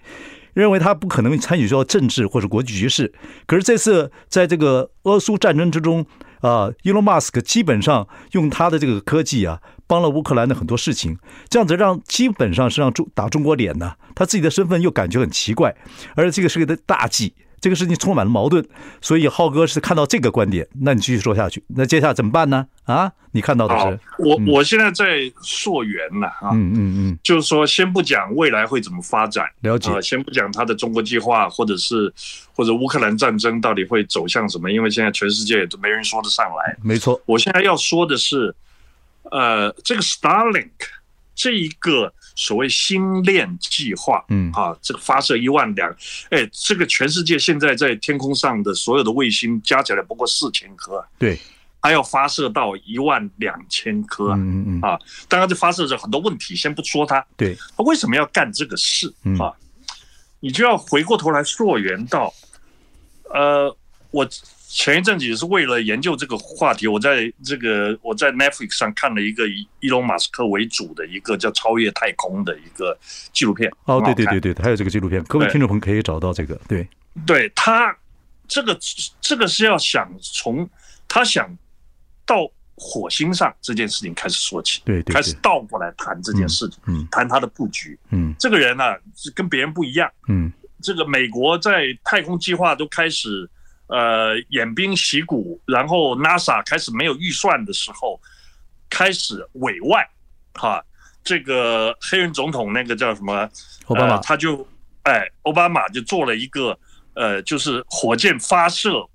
[SPEAKER 1] 认为他不可能参与到政治或者国际局势。可是这次在这个俄苏战争之中，啊、伊隆马斯克基本上用他的这个科技啊，帮了乌克兰的很多事情，这样子让基本上是让中打中国脸呢、他自己的身份又感觉很奇怪，而且这个是个大忌。这个事情充满了矛盾，所以浩哥是看到这个观点，那你继续说下去，那接下来怎么办呢？啊，你看到的
[SPEAKER 2] 好
[SPEAKER 1] 是，，
[SPEAKER 2] 我
[SPEAKER 1] 嗯
[SPEAKER 2] 我现在在溯源了啊，
[SPEAKER 1] 嗯嗯嗯，
[SPEAKER 2] 就是说先不讲未来会怎么发展，
[SPEAKER 1] 了解
[SPEAKER 2] 啊、，先不讲他的中国计划，或者是或者乌克兰战争到底会走向什么，因为现在全世界也都没人说得上来。
[SPEAKER 1] 没错，
[SPEAKER 2] 我现在要说的是，呃，这个 Starlink 这一个所谓星链计划。
[SPEAKER 1] 嗯，
[SPEAKER 2] 啊，这个发射一万两，哎，这个全世界现在在天空上的所有的卫星加起来不过四千颗，
[SPEAKER 1] 对，
[SPEAKER 2] 它要发射到一万两千颗啊。
[SPEAKER 1] 嗯嗯嗯，
[SPEAKER 2] 啊，当然这发射者很多问题，先不说它，
[SPEAKER 1] 对，
[SPEAKER 2] 他为什么要干这个事
[SPEAKER 1] 嗯
[SPEAKER 2] 啊？你就要回过头来溯源到，呃，我前一阵子也是为了研究这个话题，我在这个我在 Netflix 上看了一个以伊隆马斯克为主的一个叫《超越太空》的一个纪录片。
[SPEAKER 1] 哦，对对
[SPEAKER 2] 很好看
[SPEAKER 1] 对对，还有这个纪录片，各位
[SPEAKER 2] 对
[SPEAKER 1] 听众朋友可以找到这个，对，
[SPEAKER 2] 对他这个这个是要想从他想到火星上这件事情开始说起，
[SPEAKER 1] 对对对
[SPEAKER 2] 开始倒过来谈这件事情，
[SPEAKER 1] 嗯
[SPEAKER 2] 谈他的布局。
[SPEAKER 1] 嗯
[SPEAKER 2] 这个人呢、是跟别人不一样。
[SPEAKER 1] 嗯，
[SPEAKER 2] 这个美国在太空计划都开始呃演兵习鼓，然后 NASA 开始没有预算的时候，开始委外哈、这个黑人总统那个叫什么
[SPEAKER 1] 奥巴马
[SPEAKER 2] 呃他就哎，奥巴马就做了一个呃，就是火箭发射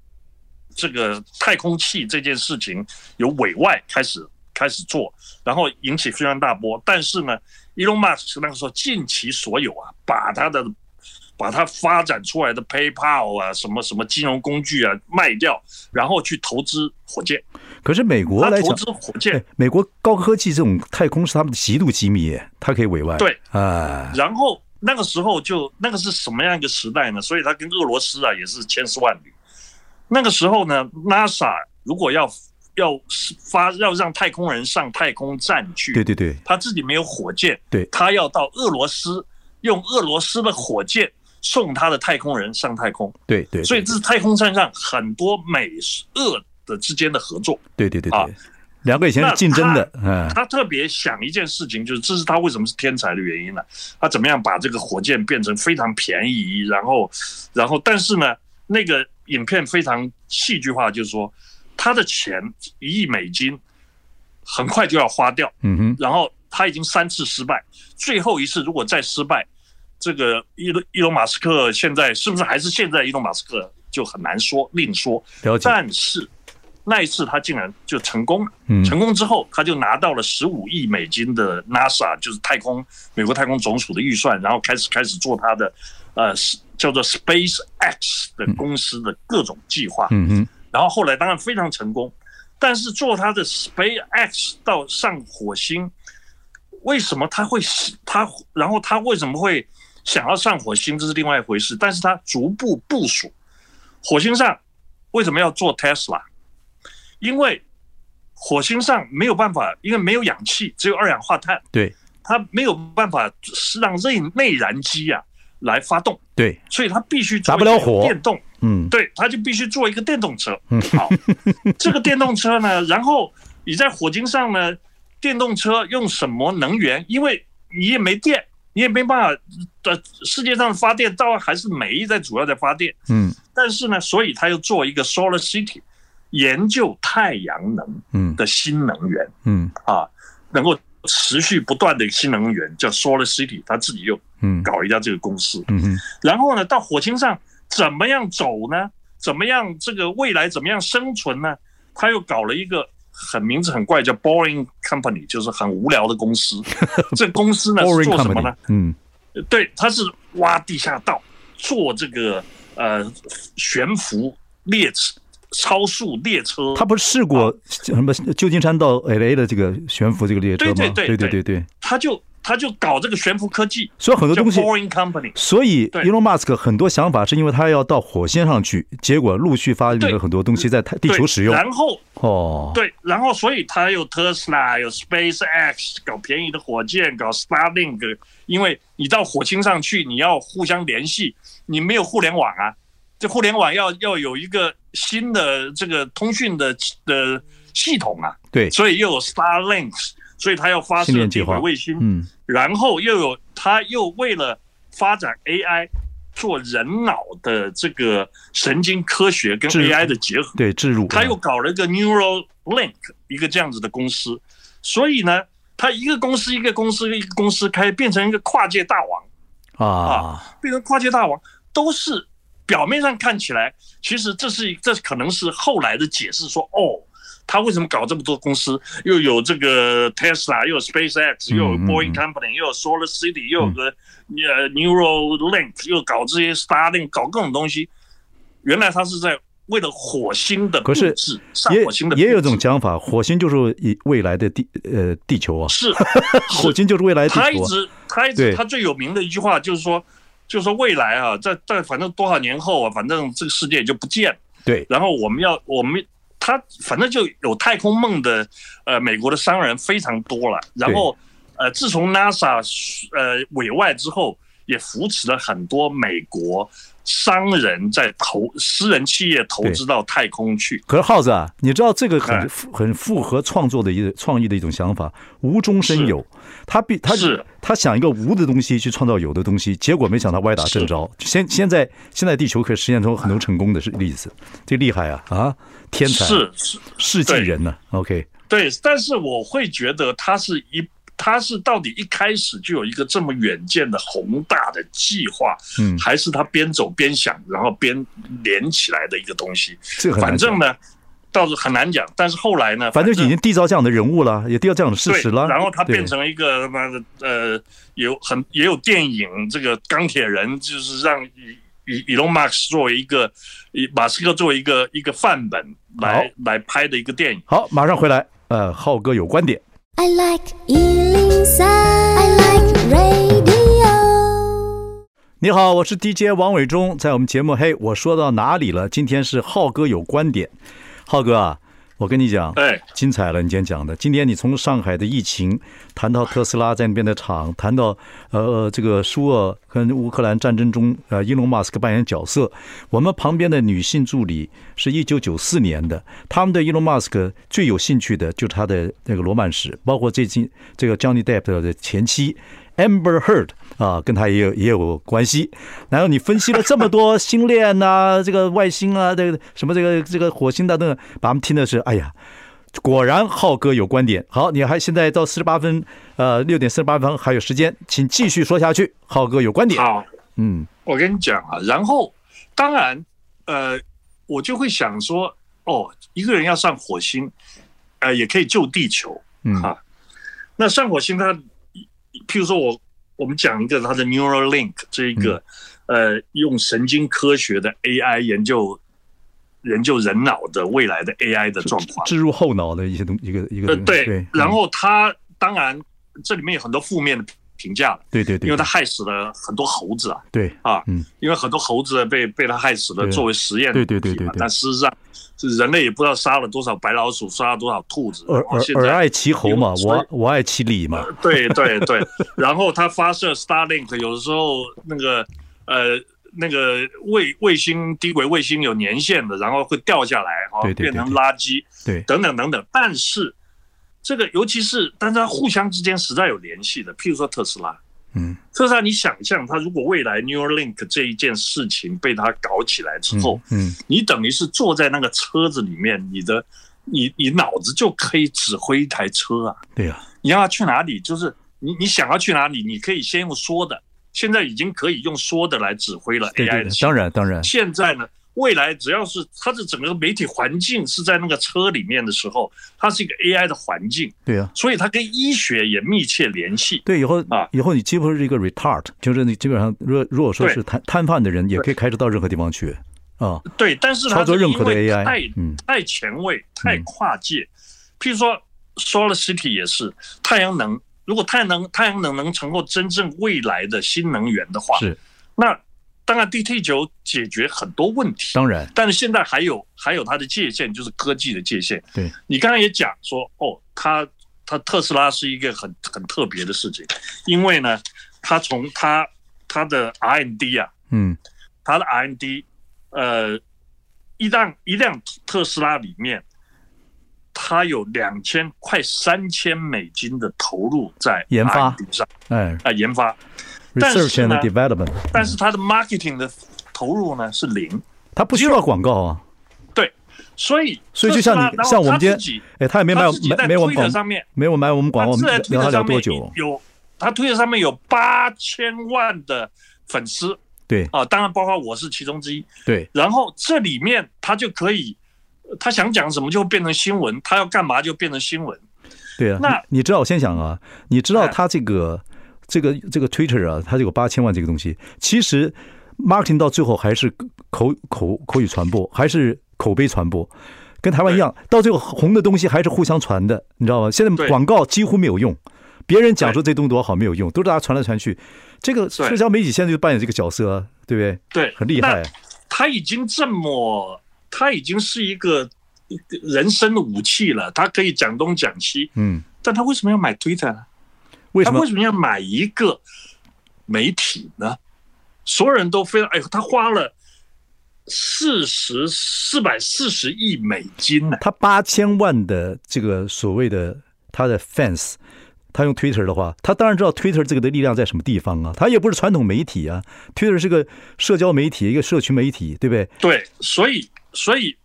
[SPEAKER 2] 这个太空器这件事情由委外开始开始做，然后引起非常大波。但是呢，Elon Musk 那个时候尽其所有啊，把他的把他发展出来的 PayPal 啊，什么什么金融工具啊卖掉，然后去投资火箭。
[SPEAKER 1] 可是美国
[SPEAKER 2] 他
[SPEAKER 1] 来
[SPEAKER 2] 投
[SPEAKER 1] 讲，
[SPEAKER 2] 资火
[SPEAKER 1] [laughs]
[SPEAKER 2] 箭
[SPEAKER 1] 哎，美国高科技这种太空是他们的极度机密，它可以委外，
[SPEAKER 2] 对
[SPEAKER 1] 啊，
[SPEAKER 2] 然后那个时候就那个是什么样一个时代呢？所以他跟俄罗斯啊也是千丝万缕。那个时候呢，NASA 如果要要发要让太空人上太空站去，
[SPEAKER 1] 对对对，
[SPEAKER 2] 他自己没有火箭，
[SPEAKER 1] 对
[SPEAKER 2] 他要到俄罗斯用俄罗斯的火箭送他的太空人上太空，
[SPEAKER 1] 对对，
[SPEAKER 2] 所以这是太空站上很多美俄的之间的合作。
[SPEAKER 1] 对对对
[SPEAKER 2] 啊
[SPEAKER 1] 对，两个以前是竞争的，嗯，
[SPEAKER 2] 他特别想一件事情，就是这是他为什么是天才的原因呢、啊他怎么样把这个火箭变成非常便宜，然后，然后，但是呢，那个影片非常戏剧化，就是说他的钱一亿美金很快就要花掉，
[SPEAKER 1] 嗯哼，
[SPEAKER 2] 然后他已经三次失败，最后一次如果再失败，这个伊隆伊隆马斯克现在是不是还是现在伊隆马斯克就很难说另说，
[SPEAKER 1] 了解，
[SPEAKER 2] 但是那一次他竟然就成功了。
[SPEAKER 1] 嗯，
[SPEAKER 2] 成功之后，他就拿到了十五亿美金的 NASA，就是太空美国太空总署的预算，然后开始开始做他的呃是叫做 SpaceX 的公司的各种计划。
[SPEAKER 1] 嗯哼，
[SPEAKER 2] 然后后来当然非常成功，但是做他的 SpaceX 到上火星，为什么他会他然后他为什么会想要上火星，这是另外一回事。但是他逐步部署，火星上为什么要做 Tesla？因为火星上没有办法，因为没有氧气，只有二氧化碳，
[SPEAKER 1] 对
[SPEAKER 2] 它没有办法是让内内燃机啊来发动，
[SPEAKER 1] 对，
[SPEAKER 2] 所以它必须做
[SPEAKER 1] 打不了
[SPEAKER 2] 一个
[SPEAKER 1] 火
[SPEAKER 2] 电动
[SPEAKER 1] 嗯
[SPEAKER 2] 对，他就必须做一个电动车。好， [laughs] 这个电动车呢，然后你在火星上呢，电动车用什么能源？因为你也没电，你也没办法。呃，世界上发电当然还是煤在主要在发电，
[SPEAKER 1] 嗯
[SPEAKER 2] 但是呢，所以他又做一个 Solar City，研究太阳能
[SPEAKER 1] 嗯
[SPEAKER 2] 的新能源
[SPEAKER 1] 嗯
[SPEAKER 2] 啊，能够持续不断的新能源叫 Solar City，他自己又
[SPEAKER 1] 嗯
[SPEAKER 2] 搞一家这个公司。
[SPEAKER 1] 嗯哼，
[SPEAKER 2] 然后呢，到火星上怎么样走呢？怎么样这个未来怎么样生存呢？他又搞了一个很名字很怪，叫 Boring Company，就是很无聊的
[SPEAKER 1] [laughs]
[SPEAKER 2] 公司。这公司呢是
[SPEAKER 1] Boring
[SPEAKER 2] 做什么
[SPEAKER 1] company，
[SPEAKER 2] 呢？
[SPEAKER 1] 嗯
[SPEAKER 2] 对，它是挖地下道，做这个呃悬浮列车、超速列车。
[SPEAKER 1] 他不是试
[SPEAKER 2] 啊
[SPEAKER 1] 过什么旧金山到 L A 的这个悬浮这个列车吗？对
[SPEAKER 2] 对对对
[SPEAKER 1] 对
[SPEAKER 2] 对
[SPEAKER 1] 对对，
[SPEAKER 2] 他就他就搞这个悬浮科技，
[SPEAKER 1] 所以很多
[SPEAKER 2] 叫
[SPEAKER 1] 东西。
[SPEAKER 2] Boring Company。
[SPEAKER 1] 所以
[SPEAKER 2] 对
[SPEAKER 1] ，Elon Musk 很多想法是因为他要到火星上去，结果陆续发明了
[SPEAKER 2] 对
[SPEAKER 1] 很多东西在太地球
[SPEAKER 2] 对
[SPEAKER 1] 使用。
[SPEAKER 2] 然后
[SPEAKER 1] 哦，
[SPEAKER 2] 对，然后所以他有 Tesla，有 SpaceX，搞便宜的火箭，搞 Starlink，因为你到火星上去，你要互相联系，你没有互联网啊，这互联网要要有一个新的这个通讯的的系统啊，
[SPEAKER 1] 对，
[SPEAKER 2] 所以又有 Starlink，所以他要发
[SPEAKER 1] 星
[SPEAKER 2] 射
[SPEAKER 1] 链计
[SPEAKER 2] 地
[SPEAKER 1] 划
[SPEAKER 2] 轨卫星，
[SPEAKER 1] 嗯
[SPEAKER 2] 然后又有他又为了发展 AI，做人脑的这个神经科学跟
[SPEAKER 1] 是
[SPEAKER 2] AI 的结合，
[SPEAKER 1] 对，置入
[SPEAKER 2] 他又搞了一个 Neuralink 一个这样子的公司，所以呢，他一个公司一个公司一个公司开，变成一个跨界大王，
[SPEAKER 1] 啊，
[SPEAKER 2] 变成跨界大王，都是表面上看起来，其实这是这可能是后来的解释说，哦，他为什么搞这么多公司，又有这个 Tesla，又有 SpaceX，
[SPEAKER 1] 嗯
[SPEAKER 2] 又有 Boeing
[SPEAKER 1] 嗯嗯嗯
[SPEAKER 2] Company，又有 Solar City，又有个呃 Neuralink，又搞这些 Starlink，搞各种东西，原来他是在。为了火星的
[SPEAKER 1] 可
[SPEAKER 2] 布
[SPEAKER 1] 是
[SPEAKER 2] 置，上
[SPEAKER 1] 也
[SPEAKER 2] 火星的
[SPEAKER 1] 也有
[SPEAKER 2] 布置
[SPEAKER 1] 种讲法，火星就是以未来的地呃地球啊， [laughs]
[SPEAKER 2] 是
[SPEAKER 1] 火星就是未来的地
[SPEAKER 2] 他一
[SPEAKER 1] 球啊，
[SPEAKER 2] 直他一直
[SPEAKER 1] 对
[SPEAKER 2] 他最有名的一句话就是说，就是说未来啊，在在反正多少年后啊，反正这个世界也就不见了。
[SPEAKER 1] 对
[SPEAKER 2] 然后我们要我们他反正就有太空梦的呃美国的商人非常多了，然后呃自从 NASA 呃委外之后，也扶持了很多美国商人在投私人企业投资到太空去。
[SPEAKER 1] 可是耗子啊，你知道这个
[SPEAKER 2] 哎
[SPEAKER 1] 很符很符合创作的一个创意的一种想法，无中生有。他必他
[SPEAKER 2] 是
[SPEAKER 1] 他想一个无的东西去创造有的东西，结果没想到歪打正着。现现在现在地球可以实现出很多成功的是例子，这厉害啊啊！天才
[SPEAKER 2] 是是，
[SPEAKER 1] 世纪
[SPEAKER 2] 对
[SPEAKER 1] 人呢、OK，
[SPEAKER 2] 对，但是我会觉得他是一，他是到底一开始就有一个这么远见的宏大的计划，
[SPEAKER 1] 嗯
[SPEAKER 2] 还是他边走边想，然后边连起来的一个东西？
[SPEAKER 1] 这个很难
[SPEAKER 2] 反
[SPEAKER 1] 讲
[SPEAKER 2] 正呢，倒是很难讲。但是后来呢，
[SPEAKER 1] 反正已经缔造这样的人物了，也缔造这样的事
[SPEAKER 2] 对，
[SPEAKER 1] 实了。
[SPEAKER 2] 然后他
[SPEAKER 1] 对
[SPEAKER 2] 变成一个他妈的呃，有很也有电影，这个钢铁人就是让以以以隆马斯作为一个以马斯克作为一个一个范本来来拍的一个电影。
[SPEAKER 1] 好，马上回来。呃，浩哥有观点。
[SPEAKER 3] I like Ealing Sound. I like radio.
[SPEAKER 1] 你好，我是 DJ 王伟忠，在我们节目，嘿，我说到哪里了？今天是浩哥有观点。浩哥啊，我跟你讲，
[SPEAKER 2] 哎，
[SPEAKER 1] 精彩了！你今天讲的，今天你从上海的疫情谈到特斯拉在那边的厂，谈到呃这个苏俄跟乌克兰战争中，呃，伊隆马斯克扮演角色。我们旁边的女性助理是一九九四年的，他们对伊隆马斯克最有兴趣的就是他的那个罗曼史，包括最近这个 Johnny Depp 的前妻 Amber Heard 啊，跟他也有也有关系。然后你分析了这么多星链呐、 [laughs] 这个外星啊，这个什么这个这个火星的等等，把我们听的是哎呀。果然浩哥有观点。好，你还现在到四十八分，呃，六点四十八分还有时间，请继续说下去。浩哥有观点，
[SPEAKER 2] 好。
[SPEAKER 1] 嗯，
[SPEAKER 2] 我跟你讲啊，然后当然，呃，我就会想说，哦，一个人要上火星，呃，也可以救地球，
[SPEAKER 1] 嗯
[SPEAKER 2] 哈、那上火星它，譬如说我我们讲一个它的 Neuralink 这一
[SPEAKER 1] 嗯
[SPEAKER 2] 个，呃，用神经科学的 AI 研究研究人脑的未来的 AI 的状况，
[SPEAKER 1] [laughs] 置入后脑的一些东一个一个
[SPEAKER 2] 呃，
[SPEAKER 1] 东西
[SPEAKER 2] 对
[SPEAKER 1] 对，，
[SPEAKER 2] 然
[SPEAKER 1] 嗯
[SPEAKER 2] 后它当然这里面有很多负面的评价了，
[SPEAKER 1] 对对对，
[SPEAKER 2] 因为它害死了很多猴子啊。
[SPEAKER 1] 对
[SPEAKER 2] 啊，
[SPEAKER 1] 嗯
[SPEAKER 2] 因为很多猴子被被他害死了，
[SPEAKER 1] 对
[SPEAKER 2] 作为实验
[SPEAKER 1] 对对对
[SPEAKER 2] 品嘛
[SPEAKER 1] 对对
[SPEAKER 2] 但事实上，是人类也不知道杀了多少白老鼠，杀了多少兔子。
[SPEAKER 1] 尔
[SPEAKER 2] 然后哦现
[SPEAKER 1] 尔尔
[SPEAKER 2] 在，
[SPEAKER 1] 爱 [laughs] 其猴嘛，
[SPEAKER 2] 所以
[SPEAKER 1] 我我爱其礼嘛，
[SPEAKER 2] 对对对，然后他发射 Starlink，有的时候那个呃那个卫卫星低轨卫星有年限的，然后会掉下来哈、
[SPEAKER 1] 对对对
[SPEAKER 2] 变成
[SPEAKER 1] 对
[SPEAKER 2] 垃圾
[SPEAKER 1] 对
[SPEAKER 2] 等等等等。但是这个尤其是，但是它互相之间实在有联系的，譬如说特斯拉，
[SPEAKER 1] 嗯
[SPEAKER 2] 特斯拉，你想象它如果未来 Neuralink 这一件事情被它搞起来之后，
[SPEAKER 1] 嗯
[SPEAKER 2] 你等于是坐在那个车子里面，你的你你脑子就可以指挥一台车啊，
[SPEAKER 1] 对呀，
[SPEAKER 2] 你要去哪里，就是你你想要去哪里，你可以先用说的，现在已经可以用说的来指挥了
[SPEAKER 1] 对
[SPEAKER 2] AI
[SPEAKER 1] 对
[SPEAKER 2] 的
[SPEAKER 1] 对，
[SPEAKER 2] 系统。
[SPEAKER 1] 当然当然，
[SPEAKER 2] 现在呢，未来只要是它的整个媒体环境是在那个车里面的时候，它是一个 AI 的环境，
[SPEAKER 1] 对呀。
[SPEAKER 2] 所以它跟医学也密切联系。
[SPEAKER 1] 对，以后
[SPEAKER 2] 啊
[SPEAKER 1] 以后你几乎是一个 retard，就是你基本上，如果如果说
[SPEAKER 2] 对
[SPEAKER 1] 是摊摊贩的人，也可以开车到任何地方去啊。
[SPEAKER 2] 对，但是它
[SPEAKER 1] 操作
[SPEAKER 2] 是
[SPEAKER 1] 任
[SPEAKER 2] 因
[SPEAKER 1] 何的
[SPEAKER 2] 为
[SPEAKER 1] AI
[SPEAKER 2] 太
[SPEAKER 1] 嗯
[SPEAKER 2] 太前卫、太跨界。譬如说，Solar City 也是太阳能。如果太阳能太阳能能成够真正未来的新能源的话，
[SPEAKER 1] 是，
[SPEAKER 2] 那当然 DT 九解决很多问题。
[SPEAKER 1] 当然，
[SPEAKER 2] 但是现在还有还有它的界限，就是科技的界限。
[SPEAKER 1] 对，
[SPEAKER 2] 你刚才也讲说，哦，它它特斯拉是一个很很特别的事情，因为呢，它从它它的 R&D 啊，
[SPEAKER 1] 嗯
[SPEAKER 2] 它的 R&D，呃，一辆一辆特斯拉里面，它有两千快三千美金的投入在
[SPEAKER 1] 研发
[SPEAKER 2] R&D 上
[SPEAKER 1] 哎
[SPEAKER 2] 啊、研发，但是
[SPEAKER 1] research
[SPEAKER 2] 呢
[SPEAKER 1] and development，
[SPEAKER 2] 但是它的 marketing 的投入呢是零，
[SPEAKER 1] 它不需要广告啊。
[SPEAKER 2] 对，所以
[SPEAKER 1] 所以就像你
[SPEAKER 2] 特斯拉然后
[SPEAKER 1] 像我们
[SPEAKER 2] 他
[SPEAKER 1] 今天
[SPEAKER 2] 自己，
[SPEAKER 1] 哎，他也没买
[SPEAKER 2] 他自己在
[SPEAKER 1] 没没我们
[SPEAKER 2] Twitter
[SPEAKER 1] 广
[SPEAKER 2] 上面
[SPEAKER 1] 没有买我们广告，我
[SPEAKER 2] 他
[SPEAKER 1] 们
[SPEAKER 2] 自己
[SPEAKER 1] 聊他聊
[SPEAKER 2] 在 Twitter 上
[SPEAKER 1] 多
[SPEAKER 2] 面
[SPEAKER 1] 久？
[SPEAKER 2] 有他推特上面有八千万的粉丝
[SPEAKER 1] 对
[SPEAKER 2] 啊，当然包括我是其中之一。
[SPEAKER 1] 对，
[SPEAKER 2] 然后这里面他就可以，呃他想讲什么就变成新闻，他要干嘛就变成新闻。
[SPEAKER 1] 对啊，
[SPEAKER 2] 那
[SPEAKER 1] 你你知道，我先想啊，你知道
[SPEAKER 2] 哎
[SPEAKER 1] 他这个这个这个 Twitter 啊，它有八千万这个东西，其实 marketing 到最后还是口口口语传播，还是口碑传播，跟台湾一样，到最后红的东西还是互相传的，你知道吗？现在
[SPEAKER 2] 对
[SPEAKER 1] 广告几乎没有用。别人讲说这东西多好没有用，都是大家传来传去。这个社交媒体现在就扮演这个角色啊，对不对？
[SPEAKER 2] 对，
[SPEAKER 1] 很厉害。啊
[SPEAKER 2] 他已经这么，他已经是一个呃人生的武器了，他可以讲东讲西，
[SPEAKER 1] 嗯，
[SPEAKER 2] 但他为什么要买 Twitter 呢？
[SPEAKER 1] 为
[SPEAKER 2] 他
[SPEAKER 1] 什么
[SPEAKER 2] 为？什么要买一个媒体呢？所有人都非常哎呦，他花了四十四百四十亿美金呢、
[SPEAKER 1] 他八千万的这个所谓的他的 fans，他用 Twitter 的话，他当然知道 Twitter 这个的力量在什么地方啊。他也不是传统媒体啊，Twitter 是个社交媒体，一个社群媒体，对不对？
[SPEAKER 2] 对，所以所以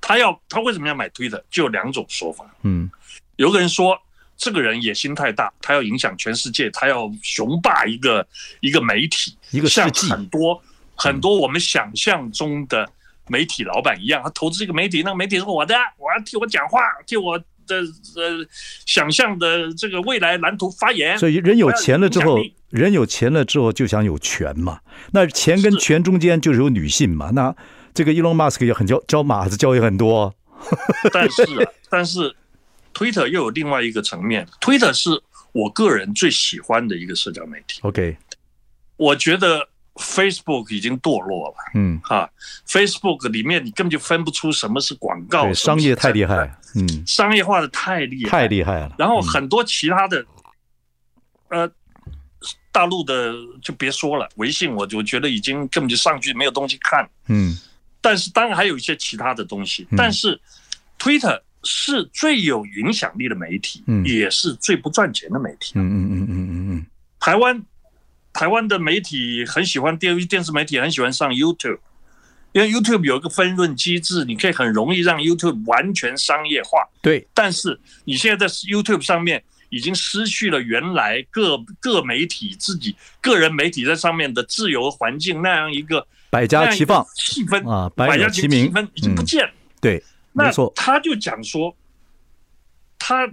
[SPEAKER 2] 他要他为什么要买 Twitter？就有两种说法，
[SPEAKER 1] 嗯，
[SPEAKER 2] 有个人说。这个人野心太大，他要影响全世界，他要雄霸一个一个媒体，
[SPEAKER 1] 一个世
[SPEAKER 2] 像
[SPEAKER 1] 纪嗯
[SPEAKER 2] 很多很多我们想象中的媒体老板一样，他投资一个媒体，那个媒体是我的，我要替我讲话，替我的呃想象的这个未来蓝图发言。
[SPEAKER 1] 所以人有钱了之
[SPEAKER 2] 哎我
[SPEAKER 1] 后
[SPEAKER 2] 要有影响力，
[SPEAKER 1] 人有钱了之后就想有权嘛。那钱跟
[SPEAKER 2] 是
[SPEAKER 1] 权中间就是有女性嘛。那这个 Elon Musk 也很教教马子教也很多哦，
[SPEAKER 2] 但是啊， [laughs] 但是 Twitter 又有另外一个层面，Twitter 是我个人最喜欢的一个社交媒体，
[SPEAKER 1] OK，
[SPEAKER 2] 我觉得 Facebook 已经堕落了。
[SPEAKER 1] 嗯，
[SPEAKER 2] 哈，Facebook 里面你根本就分不出什么是广告，
[SPEAKER 1] 对，
[SPEAKER 2] 什么
[SPEAKER 1] 商
[SPEAKER 2] 是
[SPEAKER 1] 业太
[SPEAKER 2] 真
[SPEAKER 1] 厉
[SPEAKER 2] 的
[SPEAKER 1] 害，，嗯，
[SPEAKER 2] 商业化的太厉害，
[SPEAKER 1] 太厉害了。
[SPEAKER 2] 然后
[SPEAKER 1] 嗯
[SPEAKER 2] 很多其他的，呃，大陆的就别说了，微信我我觉得已经根本就上去没有东西看。
[SPEAKER 1] 嗯，
[SPEAKER 2] 但是当然还有一些其他的东西
[SPEAKER 1] 嗯，
[SPEAKER 2] 但是 Twitter 是最有影响力的媒体，
[SPEAKER 1] 嗯
[SPEAKER 2] 也是最不赚钱的媒体。
[SPEAKER 1] 嗯嗯嗯嗯嗯嗯，
[SPEAKER 2] 台湾台湾的媒体很喜欢电电视媒体很喜欢上 YouTube。因为 YouTube 有一个分润机制，你可以很容易让 YouTube 完全商业化。
[SPEAKER 1] 对，
[SPEAKER 2] 但是你现在在 YouTube 上面已经失去了原来各各媒体自己个人媒体在上面的自由环境那样一个
[SPEAKER 1] 百
[SPEAKER 2] 那
[SPEAKER 1] 家
[SPEAKER 2] 样一
[SPEAKER 1] 齐
[SPEAKER 2] 个
[SPEAKER 1] 放，
[SPEAKER 2] 气氛 [laughs]
[SPEAKER 1] 啊百
[SPEAKER 2] 百
[SPEAKER 1] 鸟
[SPEAKER 2] 家
[SPEAKER 1] 齐鸣
[SPEAKER 2] 气氛已经不
[SPEAKER 1] 嗯
[SPEAKER 2] 见了。
[SPEAKER 1] 对，没
[SPEAKER 2] 那
[SPEAKER 1] 错，
[SPEAKER 2] 他就讲说，他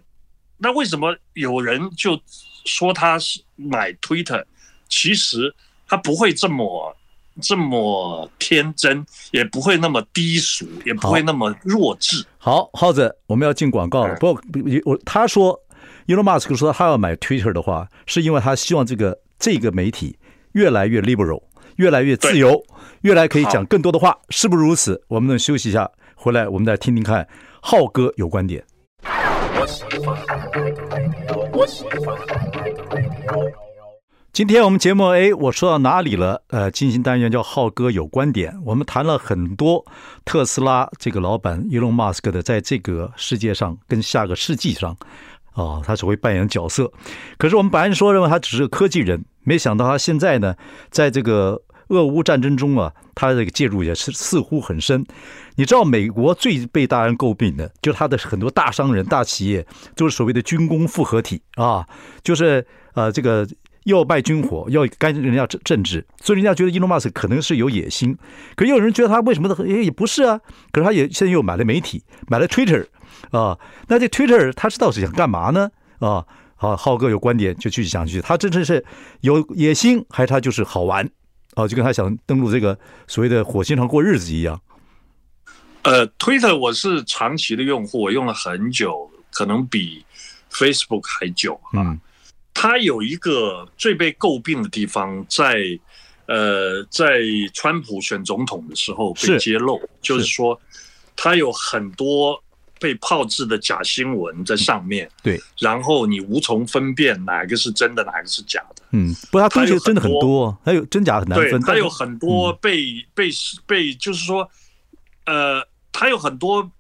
[SPEAKER 2] 那为什么有人就说他是买 Twitter？其实他不会这么这么天真，也不会那么低俗，也不会那么弱智。
[SPEAKER 1] 好，浩子，我们要进广告了。
[SPEAKER 2] 嗯
[SPEAKER 1] 不，不我他说，Elon Musk 说他要买 Twitter 的话，是因为他希望这个这个媒体越来越 liberal，越来越自由，越来可以讲
[SPEAKER 2] 好
[SPEAKER 1] 更多的话，是不是如此？我们能休息一下，回来我们再听听看浩哥有观点。今天我们节目哎，我说到哪里了？呃，进行单元叫“浩哥有观点”，我们谈了很多特斯拉这个老板 Elon Musk 的在这个世界上跟下个世纪上，哦，他所会扮演的角色。可是我们本来说认为他只是个科技人，没想到他现在呢，在这个俄乌战争中啊，他这个介入也是似乎很深。你知道美国最被大人诟病的，就是他的很多大商人、大企业，就是所谓的军工复合体啊，就是呃这个。要卖军火，要干人家政政治，所以人家觉得伊隆马斯可能是有野心，可是也有人觉得他为什么呢？也也不是啊，可是他也现在又买了媒体，买了 Twitter 啊，那这 Twitter 他知道是想干嘛呢？啊，好，浩哥有观点就继续讲下去，他真的是有野心，还是他就是好玩？啊，就跟他想登陆这个所谓的火星上过日子一样。
[SPEAKER 2] 呃，Twitter 我是长期的用户，我用了很久，可能比 Facebook 还久啊。
[SPEAKER 1] 嗯
[SPEAKER 2] 它有一个最被诟病的地方在，呃，在川普选总统的时候被
[SPEAKER 1] 是
[SPEAKER 2] 揭露，就是说它有很多被炮制的假新闻在上面，
[SPEAKER 1] 嗯对，
[SPEAKER 2] 然后你无从分辨哪个是真的，哪个是假的。
[SPEAKER 1] 嗯，不过他东西真的很
[SPEAKER 2] 它有很
[SPEAKER 1] 多，还有真假很难
[SPEAKER 2] 对，
[SPEAKER 1] 分。
[SPEAKER 2] 它
[SPEAKER 1] 但嗯
[SPEAKER 2] 有很多被、被被，就是说，呃，它有很多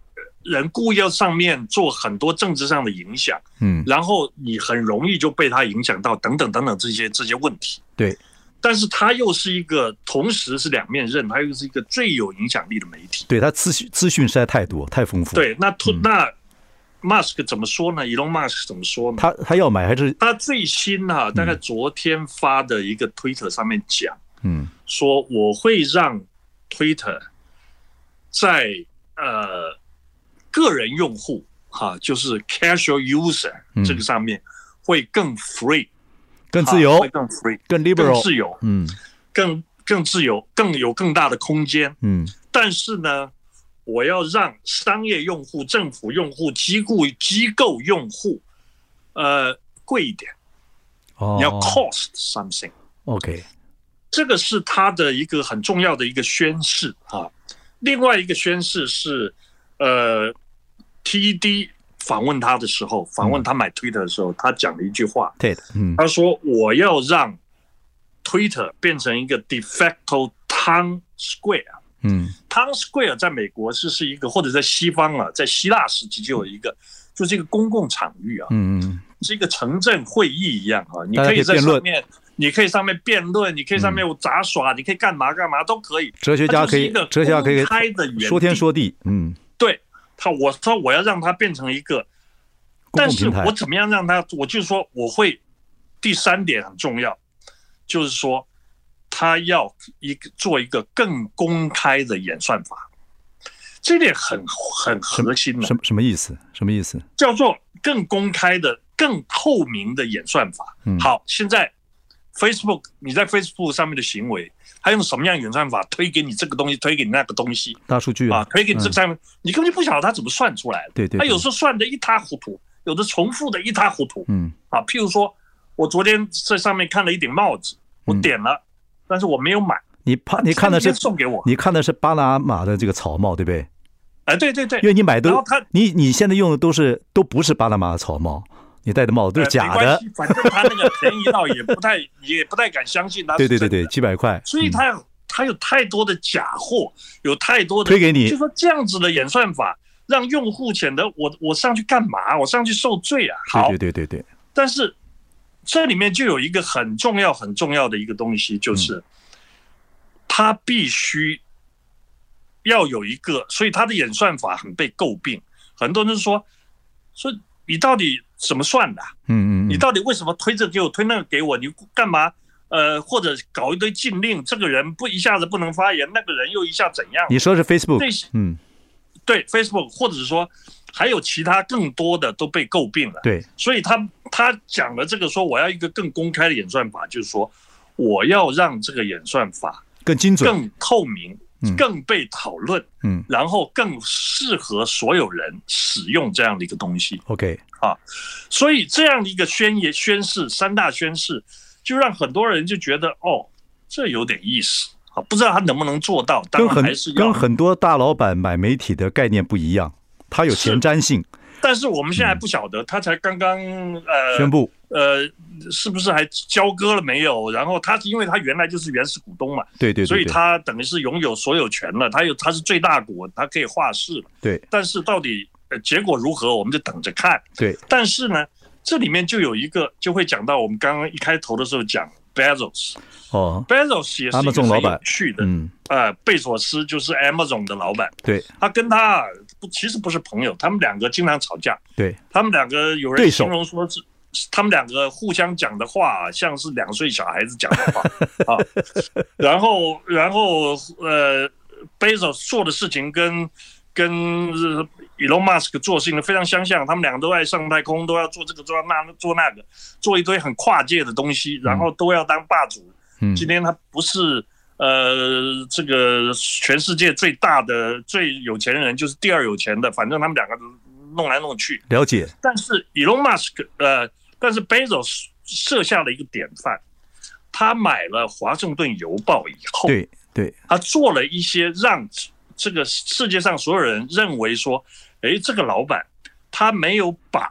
[SPEAKER 2] 人故意要上面做很多政治上的影响。
[SPEAKER 1] 嗯，
[SPEAKER 2] 然后你很容易就被他影响到，等等等等这些这些问题。
[SPEAKER 1] 对，
[SPEAKER 2] 但是它又是一个同时是两面刃，它又是一个最有影响力的媒体。
[SPEAKER 1] 对他资讯资讯实在太多，太丰富。，
[SPEAKER 2] 对，那突那 Musk 怎么说呢？Elon Musk 怎么说呢？
[SPEAKER 1] 他他要买还是
[SPEAKER 2] 他最新哈、大概昨天发的一个推特上面讲
[SPEAKER 1] 嗯
[SPEAKER 2] 说，我会让 Twitter 在呃个人用户哈、就是 casual user
[SPEAKER 1] 嗯
[SPEAKER 2] 这个上面会更 free，
[SPEAKER 1] 更
[SPEAKER 2] 啊
[SPEAKER 1] 自由
[SPEAKER 2] 会、更 free，
[SPEAKER 1] 更
[SPEAKER 2] 更
[SPEAKER 1] liberal？
[SPEAKER 2] 自由，
[SPEAKER 1] 嗯
[SPEAKER 2] 更更自由，更有更大的空间。
[SPEAKER 1] 嗯
[SPEAKER 2] 但是呢，我要让商业用户、政府用户、机构机构用户，呃，贵一点，
[SPEAKER 1] 哦，
[SPEAKER 2] 你要 cost something，、
[SPEAKER 1] OK
[SPEAKER 2] 这个是它的一个很重要的一个宣示啊。另外一个宣示是，呃，TD 访问他的时候，访问他买 Twitter 的时候，他讲了一句话，
[SPEAKER 1] Ted 嗯
[SPEAKER 2] 他说我要让 Twitter 变成一个 de facto town square。
[SPEAKER 1] 嗯
[SPEAKER 2] Town Square 在美国是是一个，或者在西方啊，在希腊时期就有一个，就是一个公共场域啊，
[SPEAKER 1] 嗯嗯
[SPEAKER 2] 是一个城镇会议一样啊，你
[SPEAKER 1] 大家
[SPEAKER 2] 可
[SPEAKER 1] 可以
[SPEAKER 2] 以在
[SPEAKER 1] 辩论
[SPEAKER 2] 上面，你可以上面辩论，你可以上面杂耍，你可以干嘛干嘛都可以。
[SPEAKER 1] 哲学家可以
[SPEAKER 2] 它
[SPEAKER 1] 哲
[SPEAKER 2] 就是一个
[SPEAKER 1] 学家可以
[SPEAKER 2] 公开的园地
[SPEAKER 1] 说天说地，嗯
[SPEAKER 2] 对他，我说我要让它变成一个，
[SPEAKER 1] 公
[SPEAKER 2] 但
[SPEAKER 1] 共
[SPEAKER 2] 是
[SPEAKER 1] 平台
[SPEAKER 2] 我怎么样让它？我就说我会。第三点很重要，就是说，他要一个做一个更公开的演算法，这点很很核心的
[SPEAKER 1] 什。么什么意思？什么意思？
[SPEAKER 2] 叫做更公开的、更透明的演算法。
[SPEAKER 1] 嗯
[SPEAKER 2] 好，现在 Facebook 你在 Facebook 上面的行为，它用什么样的演算法推给你这个东西，推给你那个东西
[SPEAKER 1] 大数据
[SPEAKER 2] 啊，推给你这
[SPEAKER 1] 嗯
[SPEAKER 2] 上面，你根本就不晓得它怎么算出来的。
[SPEAKER 1] 对对，
[SPEAKER 2] 它
[SPEAKER 1] 对
[SPEAKER 2] 有时候算的一塌糊涂，有的重复的一塌糊涂
[SPEAKER 1] 嗯
[SPEAKER 2] 啊。譬如说，我昨天在上面看了一顶帽子，我
[SPEAKER 1] 嗯
[SPEAKER 2] 点了，但是我没有买，
[SPEAKER 1] 你怕你看的是
[SPEAKER 2] 他直接送给我
[SPEAKER 1] 你看的是巴拿马的这个草帽，对不对？
[SPEAKER 2] 哎，对对对
[SPEAKER 1] 因，为你买
[SPEAKER 2] 然
[SPEAKER 1] 的
[SPEAKER 2] 后他
[SPEAKER 1] 你你现在用的都是都不是巴拿马的草帽，你戴的帽子都
[SPEAKER 2] 呃
[SPEAKER 1] 是假
[SPEAKER 2] 没关
[SPEAKER 1] 的
[SPEAKER 2] 系，反正他那个便宜到也不太也不太敢
[SPEAKER 1] [laughs]
[SPEAKER 2] 相信他。
[SPEAKER 1] 对对对对，几百块，
[SPEAKER 2] 啊所以
[SPEAKER 1] 嗯
[SPEAKER 2] 它有它有太多的假货，有太多的
[SPEAKER 1] 推给你
[SPEAKER 2] 就说这样子的演算法让用户显得我我上去干嘛？我上去受罪啊！好，
[SPEAKER 1] 对对对对对，
[SPEAKER 2] 但是这里面就有一个很重要很重要的一个东西，就是它必须要有一个，所以它的演算法很被诟病，很多人说说你到底怎么算的啊、
[SPEAKER 1] 嗯嗯，
[SPEAKER 2] 你
[SPEAKER 1] 嗯
[SPEAKER 2] 到底为什么推这个给我，推那个给我？你干嘛？呃，或者搞一堆禁令，这个人不一下子不能发言，那个人又一下怎样？
[SPEAKER 1] 你说是
[SPEAKER 2] 这
[SPEAKER 1] Facebook，
[SPEAKER 2] 些
[SPEAKER 1] 嗯，
[SPEAKER 2] 对 Facebook，或者是说还有其他更多的都被诟病了。
[SPEAKER 1] 对，
[SPEAKER 2] 所以他他讲了这个说，我要一个更公开的演算法，就是说我要让这个演算法
[SPEAKER 1] 更精准，
[SPEAKER 2] 更透明
[SPEAKER 1] 嗯，
[SPEAKER 2] 更被讨论，
[SPEAKER 1] 嗯
[SPEAKER 2] 然后更适合所有人使用这样的一个东西。
[SPEAKER 1] ，OK，
[SPEAKER 2] 所以这样的一个宣言宣誓，三大宣誓，就让很多人就觉得哦，这有点意思啊，不知道他能不能做到。当
[SPEAKER 1] 跟
[SPEAKER 2] 然
[SPEAKER 1] 很
[SPEAKER 2] 还是要
[SPEAKER 1] 跟，很多大老板买媒体的概念不一样，它有
[SPEAKER 2] 是
[SPEAKER 1] 前瞻性，
[SPEAKER 2] 但是我们现在还不晓得，他才刚刚呃
[SPEAKER 1] 嗯宣布
[SPEAKER 2] 呃，是不是还交割了没有？然后他因为他原来就是原始股东嘛，
[SPEAKER 1] 对对，对
[SPEAKER 2] 所以
[SPEAKER 1] 对
[SPEAKER 2] 他等于是拥有所有权了，他有他是最大股，他可以化市了。
[SPEAKER 1] 对
[SPEAKER 2] 但是到底呃结果如何，我们就等着看。
[SPEAKER 1] 对，
[SPEAKER 2] 但是呢，这里面就有一个就会讲到我们刚刚一开头的时候讲 Bezos。
[SPEAKER 1] 哦，
[SPEAKER 2] Bezos 也是一个
[SPEAKER 1] Amazon
[SPEAKER 2] 很
[SPEAKER 1] 老板
[SPEAKER 2] 有趣的，
[SPEAKER 1] 嗯，
[SPEAKER 2] 呃，贝索斯就是 Amazon 的老板，
[SPEAKER 1] 对
[SPEAKER 2] 他跟他不其实不是朋友，他们两个经常吵架，
[SPEAKER 1] 对，
[SPEAKER 2] 他们两个有
[SPEAKER 1] 对
[SPEAKER 2] 人
[SPEAKER 1] 手
[SPEAKER 2] 形容说是。他们两个互相讲的话，像是两岁小孩子讲的
[SPEAKER 1] [laughs]
[SPEAKER 2] 话啊。然后，然后，呃，贝索斯做的事情跟跟呃 Elon Musk 做事情非常相像，他们两个都爱上太空，都要做这个做那做那个，做一堆很跨界的东西，然后都要当霸主。
[SPEAKER 1] 嗯
[SPEAKER 2] 今天他不是呃这个全世界最大的最有钱人，就是第二有钱的，反正他们两个弄来弄去。
[SPEAKER 1] 了解，
[SPEAKER 2] 但是 Elon Musk 呃，但是 Bezos 设下了一个典范，他买了《华盛顿邮报》以后，
[SPEAKER 1] 对对，
[SPEAKER 2] 他做了一些让这个世界上所有人认为说，诶，这个老板他没有把。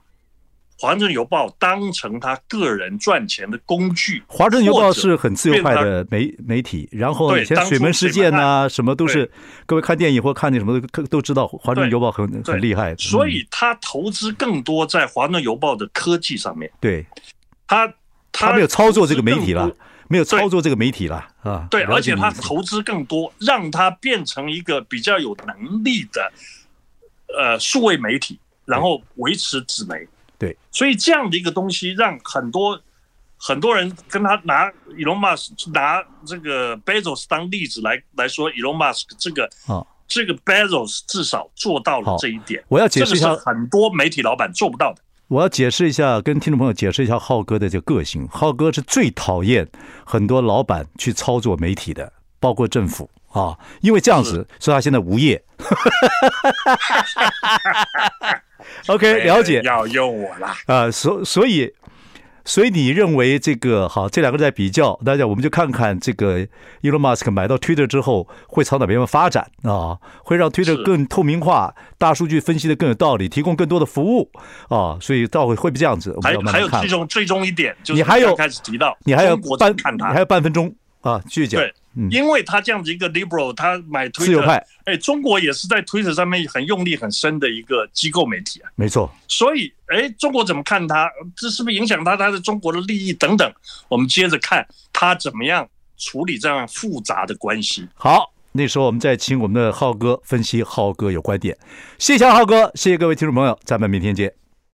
[SPEAKER 2] 华盛顿邮报当成他个人赚钱的工具，
[SPEAKER 1] 华盛顿邮报
[SPEAKER 2] 或者
[SPEAKER 1] 是嗯很自由派的媒媒体，然后
[SPEAKER 2] 对
[SPEAKER 1] 以前
[SPEAKER 2] 当初
[SPEAKER 1] 水门事件呐、什么都是
[SPEAKER 2] 对，
[SPEAKER 1] 各位看电影或看那什么都都知道，华盛顿邮报很
[SPEAKER 2] 对
[SPEAKER 1] 很厉害的，
[SPEAKER 2] 所
[SPEAKER 1] 嗯
[SPEAKER 2] 以他投资更多在《华盛顿邮报》的科技上面，
[SPEAKER 1] 对
[SPEAKER 2] 他
[SPEAKER 1] 他没有操作这个媒体了，没有操作这个媒体了啊。
[SPEAKER 2] 对，
[SPEAKER 1] 了
[SPEAKER 2] 而
[SPEAKER 1] 解
[SPEAKER 2] 且
[SPEAKER 1] 你
[SPEAKER 2] 他
[SPEAKER 1] 意思
[SPEAKER 2] 投资更多，让他变成一个比较有能力的呃数位媒体，然后维持纸媒。
[SPEAKER 1] 对，
[SPEAKER 2] 所以这样的一个东西，让很多很多人跟他拿 Elon Musk 拿这个 Bezos 当例子来来说，Elon Musk 这个
[SPEAKER 1] 啊，
[SPEAKER 2] 这个 Bezos 至少做到了
[SPEAKER 1] 好
[SPEAKER 2] 这一点。
[SPEAKER 1] 我要
[SPEAKER 2] 这
[SPEAKER 1] 解
[SPEAKER 2] 个
[SPEAKER 1] 释一
[SPEAKER 2] 是
[SPEAKER 1] 下，
[SPEAKER 2] 很多媒体老板做不到的。
[SPEAKER 1] 我要解释一下，跟听众朋友解释一下浩哥的这个个性。浩哥是最讨厌很多老板去操作媒体的，包括政府啊，因为这样子，所以他现在无
[SPEAKER 2] [laughs]
[SPEAKER 1] 业。OK，了解
[SPEAKER 2] 哎要用我啦。
[SPEAKER 1] 啊、所所以所以你认为这个好，这两个在比较，大家我们就看看这个 Elon Musk 买到 Twitter 之后会朝哪边发展啊？会让 Twitter
[SPEAKER 2] 是
[SPEAKER 1] 更透明化，大数据分析的更有道理，提供更多的服务啊，所以到会会不会这样子？我们
[SPEAKER 2] 还
[SPEAKER 1] 要慢
[SPEAKER 2] 还
[SPEAKER 1] 慢
[SPEAKER 2] 有
[SPEAKER 1] 看
[SPEAKER 2] 最。终最终一点，就是
[SPEAKER 1] 你还有
[SPEAKER 2] 刚开始提到，
[SPEAKER 1] 你还有
[SPEAKER 2] 中国
[SPEAKER 1] 半
[SPEAKER 2] 怎么看
[SPEAKER 1] 你
[SPEAKER 2] 他
[SPEAKER 1] 还，有半分钟啊，继续讲。
[SPEAKER 2] 对，因为他这样子一个 liberal，他买推
[SPEAKER 1] 自由派，
[SPEAKER 2] 哎，中国也是在 Twitter 上面很用力很深的一个机构媒体啊，
[SPEAKER 1] 没错，
[SPEAKER 2] 所以哎，中国怎么看他？这是不是影响到他的中国的利益等等？我们接着看他怎么样处理这样复杂的关系。
[SPEAKER 1] 好。那时候我们再啊请我们的浩哥分析浩哥有观点，谢谢浩哥，谢谢各位听众朋友，咱们明天见。